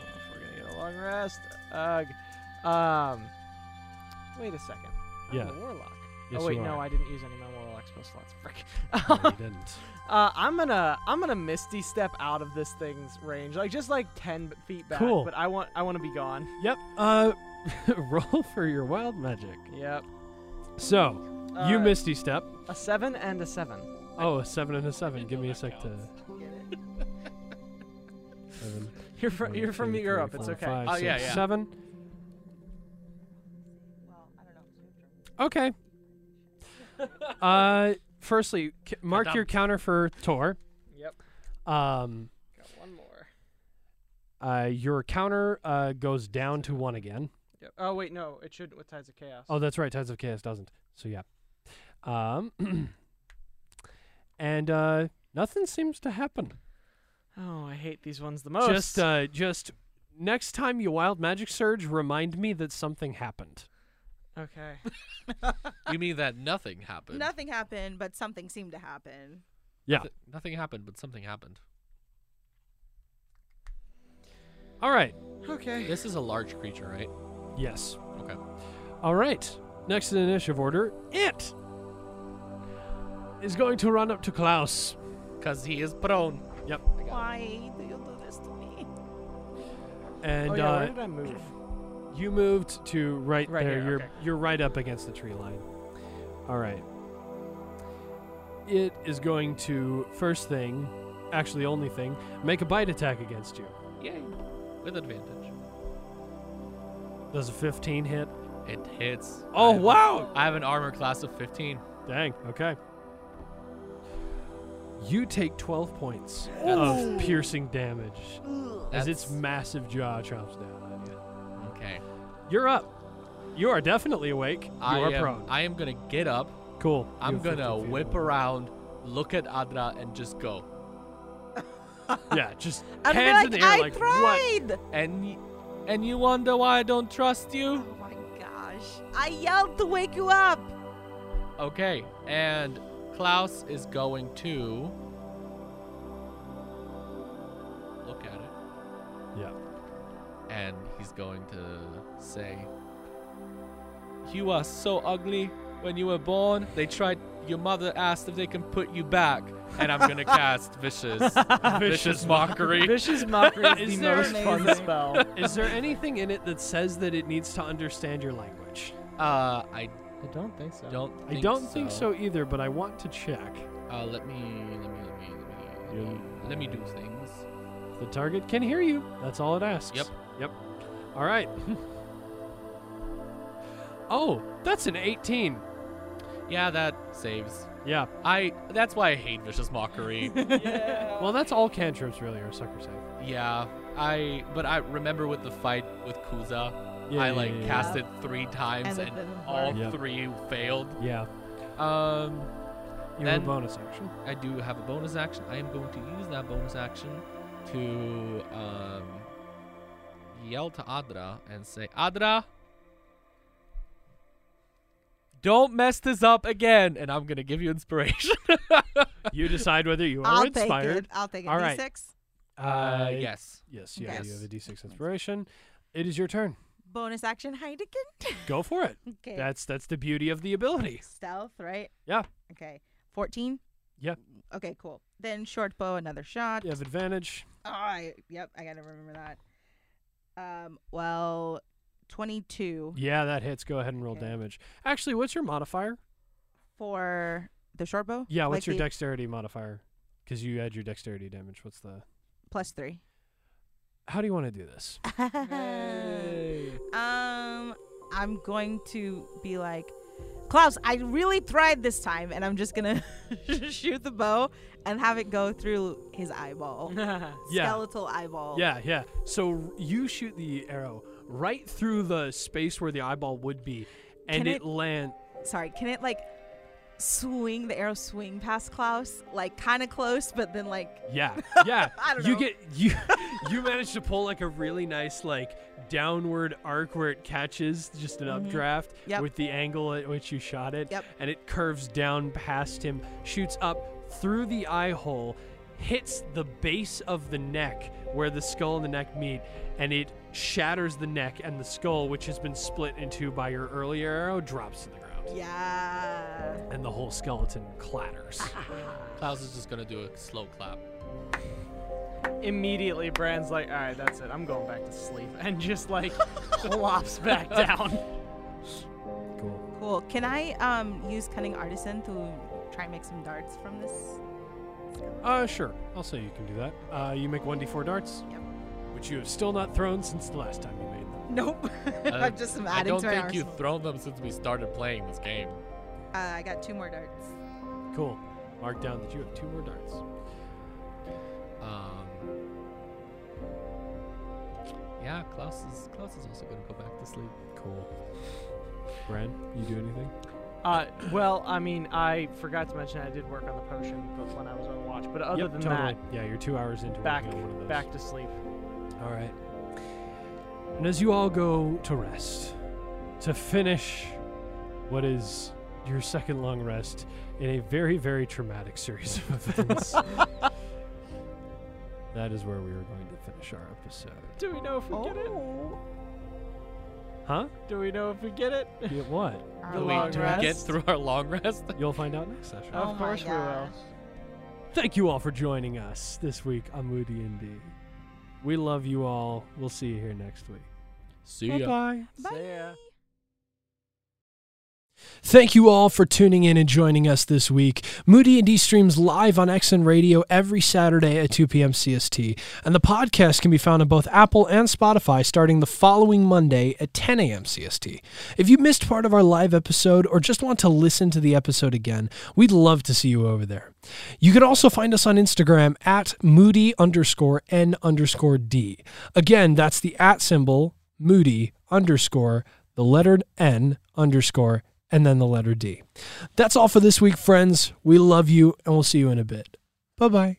Speaker 5: I don't know if we're gonna get a long rest. Ugh. Um. Wait a second. I'm
Speaker 2: Yeah.
Speaker 5: a warlock.
Speaker 2: Yes,
Speaker 5: oh wait,
Speaker 2: you
Speaker 5: no,
Speaker 2: are.
Speaker 5: I didn't use any of my warlock spell slots. Frick.
Speaker 2: No, you didn't.
Speaker 5: Uh, I'm gonna I'm gonna misty step out of this thing's range, like just like ten b- feet back.
Speaker 2: Cool.
Speaker 5: But I want I want to be gone.
Speaker 2: Yep. Uh, roll for your wild magic.
Speaker 5: Yep.
Speaker 2: So
Speaker 5: Uh,
Speaker 2: you misty step.
Speaker 5: a seven and a seven.
Speaker 2: Oh, a seven and a seven.
Speaker 4: didn't
Speaker 2: Give
Speaker 4: know
Speaker 2: me a
Speaker 4: that
Speaker 2: sec to.
Speaker 4: counts.
Speaker 2: Seven,
Speaker 5: You're from
Speaker 2: one,
Speaker 5: you're from
Speaker 2: two,
Speaker 5: Europe.
Speaker 2: three,
Speaker 5: It's
Speaker 2: four,
Speaker 5: okay.
Speaker 2: five,
Speaker 4: Oh,
Speaker 2: six,
Speaker 4: yeah, yeah.
Speaker 2: Seven.
Speaker 3: Well, I don't know.
Speaker 2: Okay. uh, firstly, c- mark your counter for Tor.
Speaker 5: Yep.
Speaker 2: Um,
Speaker 5: Got one more.
Speaker 2: uh, your counter uh goes down to one again.
Speaker 5: Yep. Oh wait, no, it shouldn't with ties of chaos.
Speaker 2: Oh, that's right. Tides of Chaos doesn't. So yeah. Um, and uh, nothing seems to happen.
Speaker 5: Oh, I hate these ones the most.
Speaker 2: Just, uh, just next time you wild magic surge, remind me that something happened.
Speaker 5: okay.
Speaker 4: You mean that nothing happened?
Speaker 3: Nothing happened, but something seemed to happen.
Speaker 2: Yeah.
Speaker 4: Nothing- nothing happened, but something happened.
Speaker 2: All right.
Speaker 5: Okay.
Speaker 4: This is a large creature, right?
Speaker 2: Yes.
Speaker 4: Okay.
Speaker 2: All right. Next in initiative order, it is going to run up to Klaus.
Speaker 4: Cause he is prone.
Speaker 2: Yep.
Speaker 3: Why do you do this to me?
Speaker 2: And
Speaker 5: oh yeah, where
Speaker 2: uh,
Speaker 5: did I move?
Speaker 2: you moved to right,
Speaker 5: Right
Speaker 2: there.
Speaker 5: here,
Speaker 2: you're
Speaker 5: okay.
Speaker 2: you're right up against the tree line. All right. It is going to first thing, actually only thing, make a bite attack against you.
Speaker 4: Yay! With advantage.
Speaker 2: Does a 15 hit?
Speaker 4: It hits.
Speaker 2: Oh,
Speaker 4: I have a-
Speaker 2: wow!
Speaker 4: I have an armor class of 15.
Speaker 2: Dang. Okay. You take 12 points of piercing damage as its
Speaker 4: That's-
Speaker 2: massive jaw chomps down on you.
Speaker 4: Okay.
Speaker 2: You're up. You are definitely awake. You
Speaker 4: I
Speaker 2: are
Speaker 4: am,
Speaker 2: prone.
Speaker 4: I am gonna get up.
Speaker 2: cool.
Speaker 4: I'm
Speaker 2: You have
Speaker 4: gonna
Speaker 2: 15 feet.
Speaker 4: whip around, look at Adra, and just go.
Speaker 2: Yeah, just
Speaker 3: I'd be
Speaker 2: hands in
Speaker 3: like,
Speaker 2: the air
Speaker 3: I
Speaker 2: like what?
Speaker 3: tried!
Speaker 4: And y- and you wonder why I don't trust you?
Speaker 3: Oh my gosh. I yelled to wake you up!
Speaker 4: Okay. And Klaus is going to look at it.
Speaker 2: Yeah.
Speaker 4: and he's going to say, "You are so ugly. When you were born, they tried. Your mother asked if they can put you back, and I'm gonna cast vicious, vicious mockery.
Speaker 5: Vicious mockery
Speaker 2: Is
Speaker 5: is the
Speaker 2: there
Speaker 5: most fun
Speaker 3: amazing-
Speaker 5: spell.
Speaker 2: Is there anything in it that says that it needs to understand your language?
Speaker 4: Uh, I
Speaker 5: I don't think so.
Speaker 4: don't. Think
Speaker 2: I don't think so either, but I want to check.
Speaker 4: Uh, let me, let me, let me, let me, let me, let me do things.
Speaker 2: The target can hear you. That's all it asks.
Speaker 4: Yep.
Speaker 2: Yep. All right. Oh, that's an 18.
Speaker 4: Yeah, that saves.
Speaker 2: Yeah.
Speaker 4: I. That's why I hate vicious mockery.
Speaker 2: Well, that's all cantrips really are sucker save.
Speaker 4: yeah, I. But I remember with the fight with Kuza,
Speaker 2: Yeah,
Speaker 4: I
Speaker 2: yeah,
Speaker 4: like
Speaker 2: yeah, yeah.
Speaker 4: cast it three times
Speaker 3: And it
Speaker 4: and,
Speaker 3: didn't
Speaker 4: all
Speaker 3: work.
Speaker 2: Yeah.
Speaker 4: three failed.
Speaker 2: Yeah.
Speaker 4: Um,
Speaker 2: You have a
Speaker 4: Then-
Speaker 2: bonus action.
Speaker 4: I do have a bonus action. I am going to use that bonus action to um, yell to Adra and say, Adra, don't mess this up again. And I'm going to give you inspiration. Uh,
Speaker 2: You decide whether you are
Speaker 3: I'll take
Speaker 2: inspired.
Speaker 3: it. I'll take it.
Speaker 2: All right.
Speaker 3: D6.
Speaker 4: Uh, yes.
Speaker 2: Yes, yeah,
Speaker 3: Yes.
Speaker 2: you have a d6 inspiration. It is your turn.
Speaker 3: Bonus action Heideken.
Speaker 2: Go for it.
Speaker 3: okay.
Speaker 2: That's that's the beauty of the ability.
Speaker 3: Stealth, right?
Speaker 2: Yeah.
Speaker 3: Okay. 14?
Speaker 2: Yeah.
Speaker 3: Okay, cool. Then short bow, another shot.
Speaker 2: You have advantage.
Speaker 3: Oh, I, yep, I gotta remember that. Um, well, 22
Speaker 2: Yeah, that hits. Go ahead and roll
Speaker 3: Okay.
Speaker 2: damage. Actually, what's your modifier?
Speaker 3: for the short bow?
Speaker 2: Yeah, what's
Speaker 3: Like
Speaker 2: your
Speaker 3: the-
Speaker 2: dexterity modifier? Because you add your dexterity damage. What's the?
Speaker 3: Plus three.
Speaker 2: How do you want to do this?
Speaker 3: um, I'm going to be like, Klaus, I really tried this time, and I'm just gonna shoot the bow and have it go through his eyeball.
Speaker 2: Yeah.
Speaker 3: Skeletal eyeball.
Speaker 2: Yeah, yeah. So r- you shoot the arrow right through the space where the eyeball would be, and
Speaker 3: Can
Speaker 2: it,
Speaker 3: it-
Speaker 2: land.
Speaker 3: sorry, can it like swing the arrow swing past Klaus? Like kind of close, but then like
Speaker 2: Yeah, yeah.
Speaker 3: I don't
Speaker 2: you
Speaker 3: know.
Speaker 2: get you you manage to pull like a really nice like downward arc where it catches just an updraft
Speaker 3: Mm-hmm. Yep.
Speaker 2: with the angle at which you shot it,
Speaker 3: Yep.
Speaker 2: and it curves down past him, shoots up through the eye hole, hits the base of the neck where the skull and the neck meet, and it shatters the neck and the skull, which has been split in two by your earlier arrow, drops to the ground.
Speaker 3: yeah.
Speaker 2: and the whole skeleton clatters.
Speaker 4: Klaus is just going to do a slow clap.
Speaker 5: Immediately, Bran's like, all right, that's it. I'm going back to sleep. And just like flops back down.
Speaker 2: cool.
Speaker 3: Cool. Can I um use cunning artisan to try and make some darts from this?
Speaker 2: Uh, sure. I'll say you can do that. Uh, you make 1d4 darts,
Speaker 3: Yep.
Speaker 2: which you have still not thrown since the last time you made them.
Speaker 3: Nope.
Speaker 4: Uh,
Speaker 3: I'm just
Speaker 4: I
Speaker 3: adding
Speaker 4: don't
Speaker 3: to my
Speaker 4: think you've
Speaker 3: arsenal.
Speaker 4: thrown them since we started playing this game.
Speaker 3: uh, I got two more darts.
Speaker 2: Cool. Mark down that you have two more darts.
Speaker 4: Um, yeah, Klaus is, Klaus is also going to go back to sleep.
Speaker 2: Cool. Bren, you do anything?
Speaker 5: Uh, well, I mean, I forgot to mention I did work on the potion but when I was on watch. But other
Speaker 2: yep,
Speaker 5: than
Speaker 2: totally. yeah, you're two hours into
Speaker 5: that, back,
Speaker 2: working on one of those.
Speaker 5: back to sleep.
Speaker 2: All right. And as you all go to rest, to finish what is your second long rest in a very, very traumatic series of events, that is where we are going to finish our episode.
Speaker 5: Do we know if we get it?
Speaker 2: Huh?
Speaker 5: Do we know if we get it?
Speaker 2: Get what?
Speaker 3: Our
Speaker 4: Do we,
Speaker 3: long
Speaker 4: do we get
Speaker 3: rest.
Speaker 4: through our long rest?
Speaker 2: You'll find out next session.
Speaker 3: Oh
Speaker 5: of
Speaker 3: my
Speaker 5: course we will.
Speaker 3: gosh.
Speaker 2: Thank you all for joining us this week on Moody and D. We love you all. We'll see you here next week.
Speaker 4: See
Speaker 2: Bye
Speaker 4: ya.
Speaker 2: bye.
Speaker 3: Bye.
Speaker 2: Thank you all for tuning in and joining us this week. Moody and D streams live on XN Radio every Saturday at 2 p.m. CST, and the podcast can be found on both Apple and Spotify starting the following Monday at 10 a.m. CST. If you missed part of our live episode or just want to listen to the episode again, we'd love to see you over there. You can also find us on Instagram at Moody underscore N underscore D. Again, that's the at symbol Moody underscore the letter N underscore and then the letter D. That's all for this week, friends. We love you, and we'll see you in a bit. Bye bye.